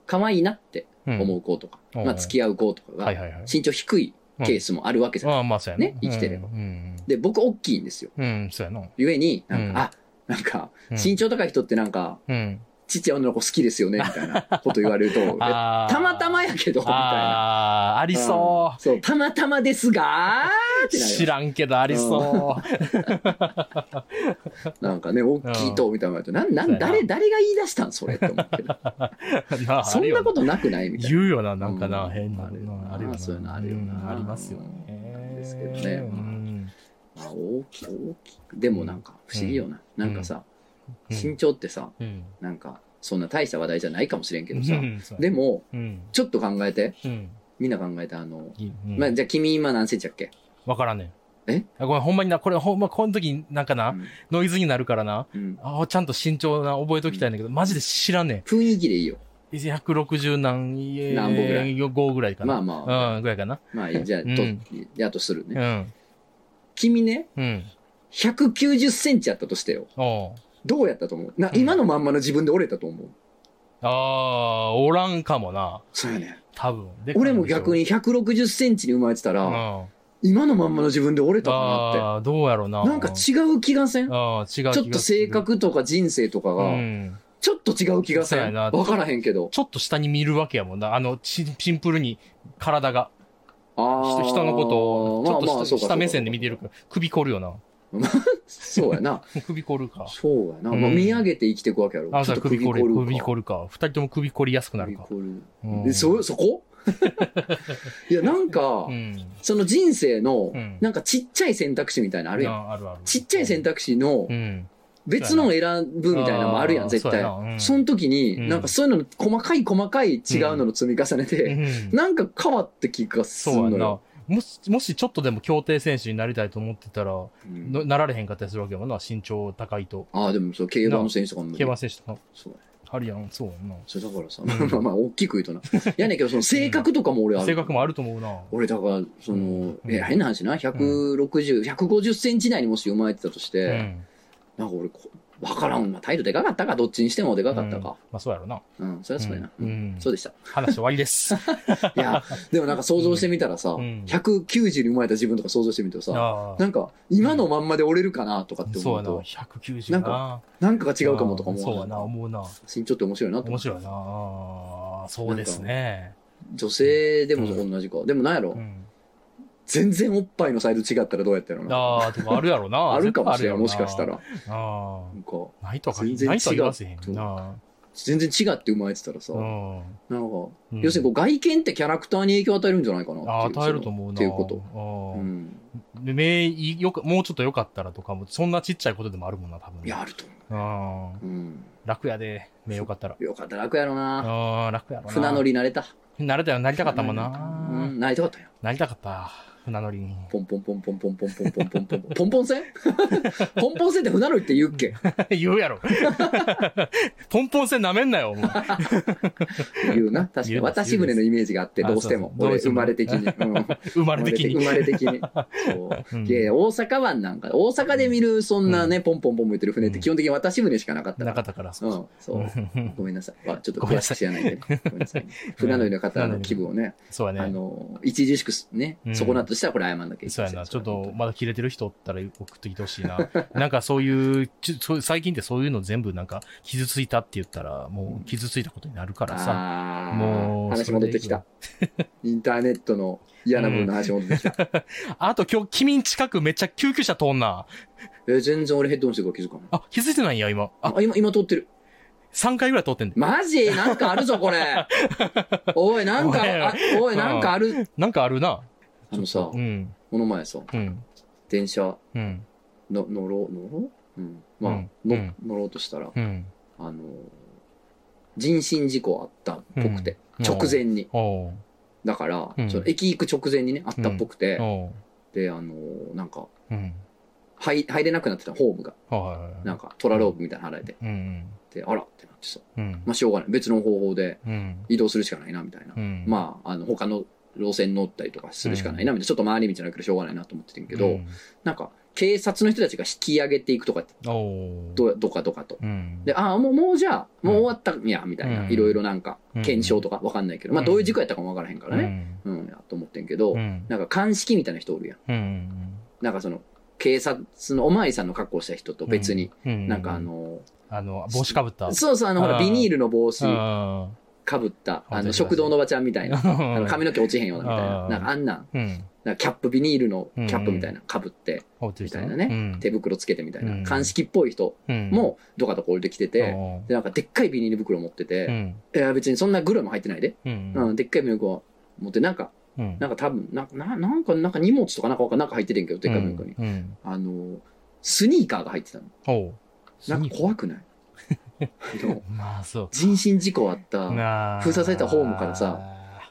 可愛いなって
うん
思う子とか、
うん
まあ付き合う子とか
はい
が、
はいはい。
身長低いケースもあるわけじゃん
ああ、まあそうやな
ね生きてれば
うん。
で、僕大きいんですよ。
うんうん、そうやな。
ゆえに、なんか、
うん
あ、なんか、
うん
身長高い人ってなんか、
うん。
ちっちゃい女の子好きですよね、みた いなこと言われると、えた
あー
またまやけど、みたいな。
ああ、ありそ
そう、たまたまですがーっ
う。
てなる
知らんけどありそう。
よなんかね、大きいと、みたいなの言われて。な
そう
ん、なん、
やな
誰、誰が言い出したんそれっ て思ってる。
なあ
そんなことなくないみたいな。
言うよな、なんかな、
うん
変な。
あるよな
あるよな。
そういうのあるよな
うんありますよ
うん
ね。
ですけどね
うん
まあ、大きい、大きい。でもなんか、不思議よな。なんかさ、
うん
身長ってさ、
うん。
なんか、そんな大した話題じゃないかもしれんけどさ、
うんそうや
でも、
うん。
ちょっと考えて、
うん。
みんな考えて、あの、
いいうん
まあ、じゃあ君今何センチだっけ
わからんねん。
え
あごめん、ほんまにな、これほんま、この時になんかな、
うん
ノイズになるからな。
うん
あちゃんと慎重な覚えときたいんだけど、マジで知らんね
雰囲気でいいよ。
ん。160何、えー
何本ぐらい
?5 ぐらいか
まあ
な。
まあ、
うん、ぐらいかな。
まあ、じゃあ、と
うん、
やっとする
う
ね。
ん。
君ね、
うん。
190センチやったとしてよ。
おう
どうやったと思うな、
うん
今のまんまの自分で折れたと思う。
ああ、おらんかもな。
そうやね。
多分。で
俺も逆
に。
に160センチに生まれてた
うん。
ら、
あ
今のまんまの自分で折れたかな
あ
っ
ー、どうやろうな。
て。なんか違う気がせんち
ああ、違う気がす
ょ
る。
っと性格とか人生とか
う
が、
ん。
ちょっと違う気がせ
そうや
ん。
な
わからへんけど。
ちょっと下に見るわけやもんな。あの、ちシンプルに体が、
あー
人人のことを、ちょっと下,、下目線で見て。る
まあまあそうか
か
そうか
ら、首凝るよな。
そうやな。
首凝るか。
そうやな。
うん
まあ見上げて生きていくわけやろ。
あ、
ち
そ
ょっ
う、
と
首凝る。
か
首凝るか。二人とも首凝りやすくなるか。うん
えそそこ いやなんか、
うん。
その人生の
うん
なんかちっちゃい選択肢みたいなのあ
あ
るやん、
あるある。
ちっちゃい選
択。
択肢の
うん。
別のを選ぶみたいなのもあるやん
あー
絶対
そうやなうん
その時に、
うん
なんかそういうの細かい細かい違うのの積み重ねで、
うん
なんか変わった気がす
そう
る
や
の
んな
よ。
もし、もしちょっとでも競艇選手になりたいと思ってたら、
うん
のなられへんかったりするわけやもんな。身長高いと。
ああでもそう競馬の選手とかも
競馬選手とか、
そうや
あるやん。そうやんな。
それだからさ、まあまあ大きく言う とないやねんけどその性格とかも俺ある
性格もあると思うな。
俺だからその、
うん
いや変な話な160150、150センチ内にもし生まれてたとして、
うん。
なんか俺こ、わからん。まあ、態度でかかったか、どっちにしてもでかかった
うんま
か。
あそうやろな。
うん、そりゃそうやな。
う
うんん、
うん
そうでした。
話終わり です。
いや、でもなんか想像してみたらさ、
うん
190に生まれた自分とか想像してみるとさ、
ああ
なんか、今のまんまで折れるかなとかって
そう
思
や
う
な。
と、
190や
なんかなんかが違うかもとか
ああそうやな、
も、
思うな。
身長って面白いなと思
面
う。
白いな。ああそうですね。
女性でも同じか。でもなんやろ、
うん
全然おっぱいのサイズ違ったらどうやったやろな。
ああ、とかあるやろな。
あるかもし
絶
れ
対あ
ん、
る
もしかした
やろ
ら。
な。あ
なんか、
あ。ないとは限
全然
ないとは言わせへんな。
全然違って生まれてたらさ、
うん。
なんか、
うん
要するにこう外見ってキャラクターに影響を与えるんじゃないかなっていう。
ああ与えると思うな。
っていうこと。
ああ
うん。
で目いよく、もうちょっと良かったらとかも、そんなちっちゃいことでもあるもんな、多分。
いや、あると思
ああ
う。うん。
楽やで、目良かったら。
よかった、楽やろな。
ああ、楽やろな。
船乗り慣れた。
なれたよ、なりたかったもんな。
うん、慣れたかったよ。
なりたかった。船乗り に。
ポンポンポンポンポンポンポンポンポンポンポン。ポンポン線ポンポン線って船乗りって言うっけ
言うやろ。 ポンポン線舐めんなよ、もう。
言うな。確か
言
に。
うです
私船のイメージがあって、
言うで
どう
す
しても。
あそうそうど
俺、
うして
生
も
まれ的に。うん
生まれ的に。
生まれ的に。そう
うん
いやいや、大阪湾なんか、大阪で見るそんなね、ポンポンポン言ってる船っ
う
て
ん
基本的に渡し船しかなかった
な
か。
からったから、
う
そ
ん、そう。
う。
ごめんなさい。わちょっと
ごめんな
詳し
さい
く知らないんでね。ごめんなさい。船乗りの方の気分をね、
そうや
あ
ね。
の、一時自粛すね
う、ん
損なったとしたらこれ謝んなきゃいけない。
そうやな。ちょっと、まだ切れてる人おったら送ってきてほしいな。 なんかそういう、ちょそういう最近ってそういうの全部なんか、傷ついたって言ったら、もう傷ついたことになるからさ。
あ
も
ー
う
話戻ってきた。インターネットの嫌な部分の話戻ってきた。
あと今日、君ん近くめっちゃ救急車通んな。
え全然俺ヘッドホンしてるから気づかない。
あ、気づいてないんや、今。あ、
あ、今、今通ってる。
3回ぐらい通ってんで。
マジなんかあるぞ、これ。おい、なんか、あおい、なんかある。
なんかあるな。
あのさ
う、ん。
この前さ、
うん。
電車
うん。
の乗ろう、乗ろううん。まあ、
うん
の
うん
乗ろうとしたら、
うん。
あのー、人身事故あったっぽくて、
うん
直前に。
おう。
だから、
うん
その駅行く直前にね、あったっぽくて、
おう。
で、あのー、なんか、
うん。
入入れなくなってた、ホームが。
はいはい
な
は
んか、トラロープみたいなの離れて、
い。うん。
で、あらってなってさ、
うん。
まあ、しょうがない。別の方法で
うん。
移動するしかないな、みたいな
う。ん。あ、
まあ、あの、他の路線乗ったりとかするしかないな、みたいな。ちょっと回り道なくてしょうがないなと思っててんけど、なんか、警察の人たちが引き上げていくとかって、
おう。
どうどかどかと。
うん。
で、ああ、もう、もうじゃあ、もう終わったんや、みたいな。
うん
いろいろなんか、
うん
検証とかわかんないけど、まあ、
うん
どういう事故やったかもわからへんから
う
ね。
ん。
うん、やと思ってんけど
う、ん。
なんか鑑識みたいな人おるやん。
うん。
なんかその、警察のおまわりさんの格好した人と別に、
うん、
なんかあ、の、
あの、帽子かぶった。
そうそう、あの、ほら、
あー
ビニールの帽子
あ
かぶった、あ
本当
の、
に
食堂のおばちゃんみたいな。あの
ー
髪の毛落ちへんよな、みたいな。
あー
なんかあんなん、
うん。
なんかキャップ、ビニールのキャップみたいな、かぶって、
羽織ってる人
みたいなね
うん
手袋つけてみたいうな、
ん
鑑識っぽい人
うん
も、どかどか降りてきてて、
お
で、なんかでっかいビニール袋持って
ーうん。
て、いや、別にそんなグロも入ってないで。
うん。
うん、でっかいビニール袋持って、なんか、
うん。
なんか多分、なんか、ななんか、なんか荷物とかなんかわかんなんか入っててんけど、でっかいビニール袋に。
うんうん。
あの、スニーカーが入ってたの。
おう。
なんか怖くない あの、
まあ、そう。
人身事故あった、
なあ
封鎖されたホームからさ、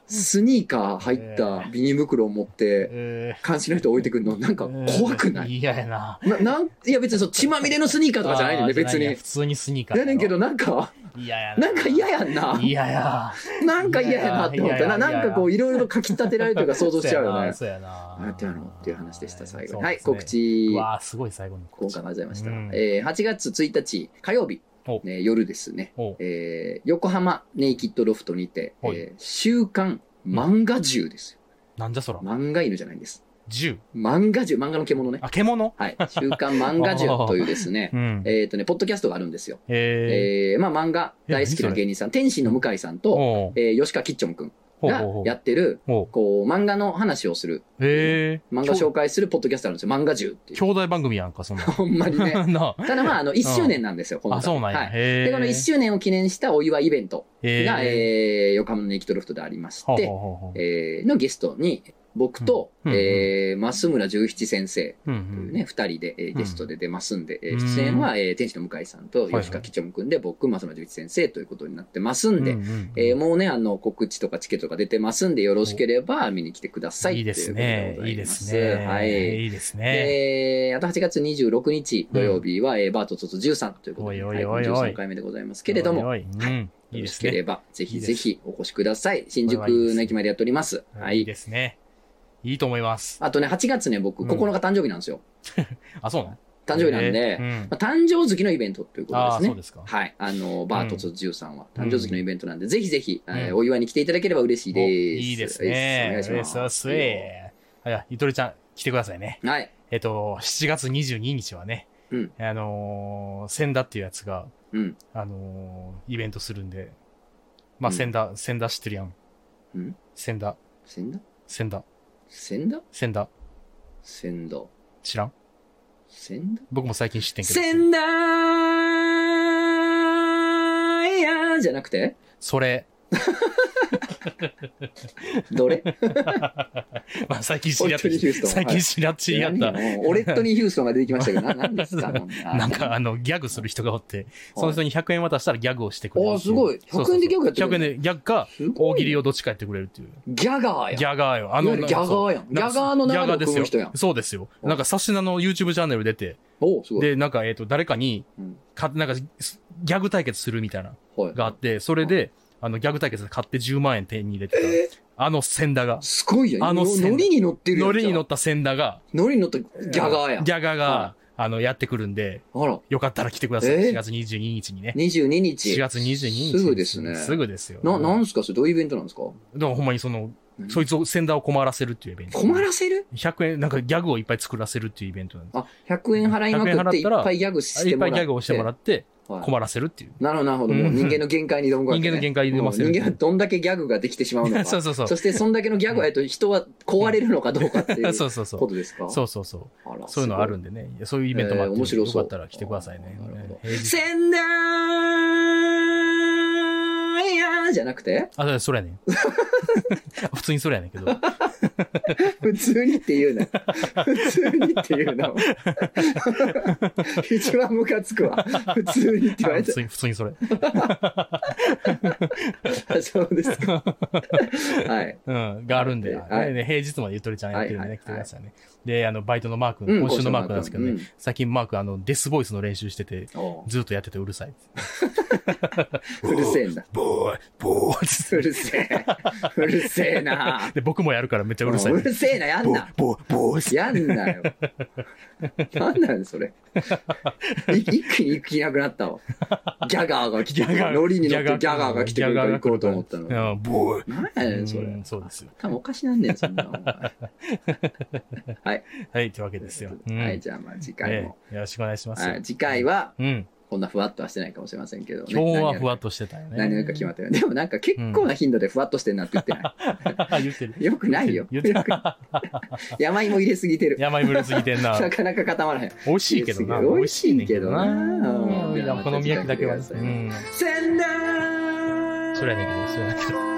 スニーカー入ったビニール袋を持って、
え
監視の人置いてくるの、なんか
ー
怖くない
嫌やな。
ななんいや別にそう血まみれのスニーカーとかじゃないのね
あー
別
じゃない
に
普。通にスニーカー。
やねんけど、なんか、
嫌やな。
なんか嫌やんな。
嫌や。
なんか嫌やなって思っ
いやいやいや
たな。
いや
なんかこう、いろいろかき立てられるというか想像しちゃうよね。
そうやな。
なんてやろうっていう話でした、最後に。
そう
は
で
い、
すね
告。知
う。わあすごい最後に
今回もありがとうございました。
うん
えー8月1日火曜日、
お
ね、夜ですね、
お
えー横浜ネイキッドロフトにて、
はい
えー週刊漫画銃ですよ。
なんじゃそら。
漫画犬じゃないんです。
銃。
漫画銃、漫画の獣ね。
あ、獣、
はい。週刊漫画銃というですね
うん。
えっとね、ポッドキャストがあるんですよ。
え
えーまあ漫画大好きな芸人さん、天心の向井さん
ー。
と、
おう
えー吉川きっちょむくん
ほう
が
ほうほう。
やってる、
おう
こう、漫画の話をする、
えー。
漫画紹介するポッドキャストあるんですよ。漫画銃ってい
兄
う。。
弟番組やんか、そんな
ほんまに ね。
な
ただまあ、あの、1周年なんですよ、こ
あ。
の
あ、
度
そうなんや。
はい
へ
で、この1周年を記念したお祝いイベント
え
が、
ー。
えー横浜のネイキッドロフトでありまし
ほうほう
て、
ほうほう。
えーのゲストに、僕と、
うんうんうん
えー増村十七先生
うん
といううんね、二人で、えー
ん
ゲストで出ますんで、えー
うん
出演は、えー天使の向井さんと
いはい
吉川吉むくんで、僕、増村十一先生ということになってますんで、
うんうん
えーもうね、あの、告知とかチケットが出てますんで、よろしければ見に来てください。
いいですね
と。
い
い
いう
こ
で
と
す
ございます
ね。
はい。
いいですね。
えー、あと8月26日土曜日は、えーバート卒13ということで、
お
はい
おいお
い
いおい
13回目でございますけれども、
おいおいうん。いい
よ
で
ろし
す
け
ね
れ。ば、ぜ
い
ひ
いです
ぜひお越しください。新宿の駅前でやっております。はい
い
い。
ですね。いいと思います。
あとね、8月ね、僕、
うん
9日誕生日なんですよ。
あ、そうなん
誕生日なんで、
えーうん
まあ誕生月のイベントというこ
あ
と
あ、
で
そ
す
う
ね
で。すか。
はい。あの、バート卒13は、
うん
誕生月のイベントなんで、ぜひぜひ、えー
うん
お祝いに来ていただければ嬉しい
お
です。
いいですね。
お願いします。
そうそういや、ゆとりちゃん、来てくださいね。
はい。
えっと、7月22日はね、
うん
あのー、千田っていうやつが、
うん。
あのー、イベントするんで、まあ、
うん
千田、千田知ってるやん。
うん
千田、
せんだ
千田、
せんだ
千田、
せんだ
知らん
せんだ
僕も最近知ってんけど。
せんだーいやーじゃなくて
それ。
どれ
まあ、最近知り合った
ホイットニーヒューストン
最近知り合知り合っ
何
た、
もうオレットニー・ヒューストンが出てきましたけど、な何ですか
なんかあの、ギャグする人がおって、その人に100円渡したらギャグをしてくれるってう。
おーすごい100円でギャグやってく
100
れ
円
る
でギャグか
すごい、
大喜利をどっちかやってくれるっていう。
ギャガーや。
ギャガーよ。あ
いわゆるギャガーやん
そうなんか
ギャガーの流れを
ギャガーですよ
組む人やん
そうですよ。
うん
なんか、サシナの YouTube チャンネル出て、
おーすごい。
で、なんか、えっと、誰かに
うん、
か、なんか、すギャグ対決するみたいな、
はい
があって、それで、あの、ギャグ対決で買って10万円手に入れてた。あの、千田が。
すごいやん。
あの線
ノリに乗ってるやん。
ノリに乗
っ
った千田が、
ノリに乗ったギャガーやん。
ギャガー
は
が、あの、やってくるんで、
あら、
よかったら来てください。
え
4
ー
月22日にね。
22日。
4月22日。
すぐですね
すぐですよ。
な、なんすかそれどういうイベントなんですか
でもほんまにその
う、ん
そいつを、センダーを困らせるっていうイベント。
困らせる
?100 円、なんかギャグをいっぱい作らせるっていうイベントなんで
あ、100円払いまくっ
100円払
ていっ
ったら
ぱいギャグし
す。い
て
っ
もら
ぱ
って。
いギャグをしてもらって、
はい
困らせるっていう。
なるほど、なるほど。もう人間の限界に挑むわけ、ね。
人間の限界に挑ませる
うん人間はどんだけギャグができてしまうの か。
そうそうそう
そして、そんだけのギャグは、えっと、人は壊れるのかどうかっていう
そうそうそう
ことですか
そうそうそう。
あら
そういうのあるんでね。そういうイベントもあって、
えー面白そう
よかったら来てくださいね
あーなるほ。
えー
すごいせんなーやじゃなくて
あ、それやねん。 普通にそれやねん けど。
普通にって言うな。普通にって言う な。一番ムカつくわ。普通にって言われ
普
て。
通に、普通にそれ。
あそうですか。はい。
うん、があるんで、
はい
ね平日までゆとりちゃんやってるんで
はい
ね、来てくださいね。で、あの、バイトのマー
う
君、
ん
今週のマー君なんですけど
うん
ね、最近マー君、あの、デスボイスの練習してて、
おう
ずっとやっててうるさい。
うるせえんだ。
ボーイ、ボーイつって
うるせえ。うるせえな。
で、僕もやるからめっちゃうるさい。
うるせえな、やん
ボ
な
ー。ボー、ボーイつって
やんなよ。なんなんよそれ。い一気に行きなくなったわ。ギャガーが来てくる、ノリに乗ってギャガーが来てくるから行こうと思ったの。
うん、ボーイ。
なんやねん、それ
う。んそうですよ。
多分おかしなんねん、そんなもん。はい。
はい、というわけですよ。うん
はい、じゃあまあ次回も。
ええよろしくお願いします。
はい次回は、
うん。
こんなふわっとはしてないかもしれませんけどね。
今日はふわっとしてたよね。
何をやるか何をやるか決まってない。 でもなんか結構な頻度でふわっとしてんなって言ってな
ま 言ってる。
い。よくないよ。
言ってる。
山芋入れすぎてる。
山芋すぎてんな。
なかなか固まらへん。
美味しいけどな。
美味しいけどな
美味しいねんけどな
うん
お好み焼きだけは。うん。
せんなー
それやねんけど、それやねんけど。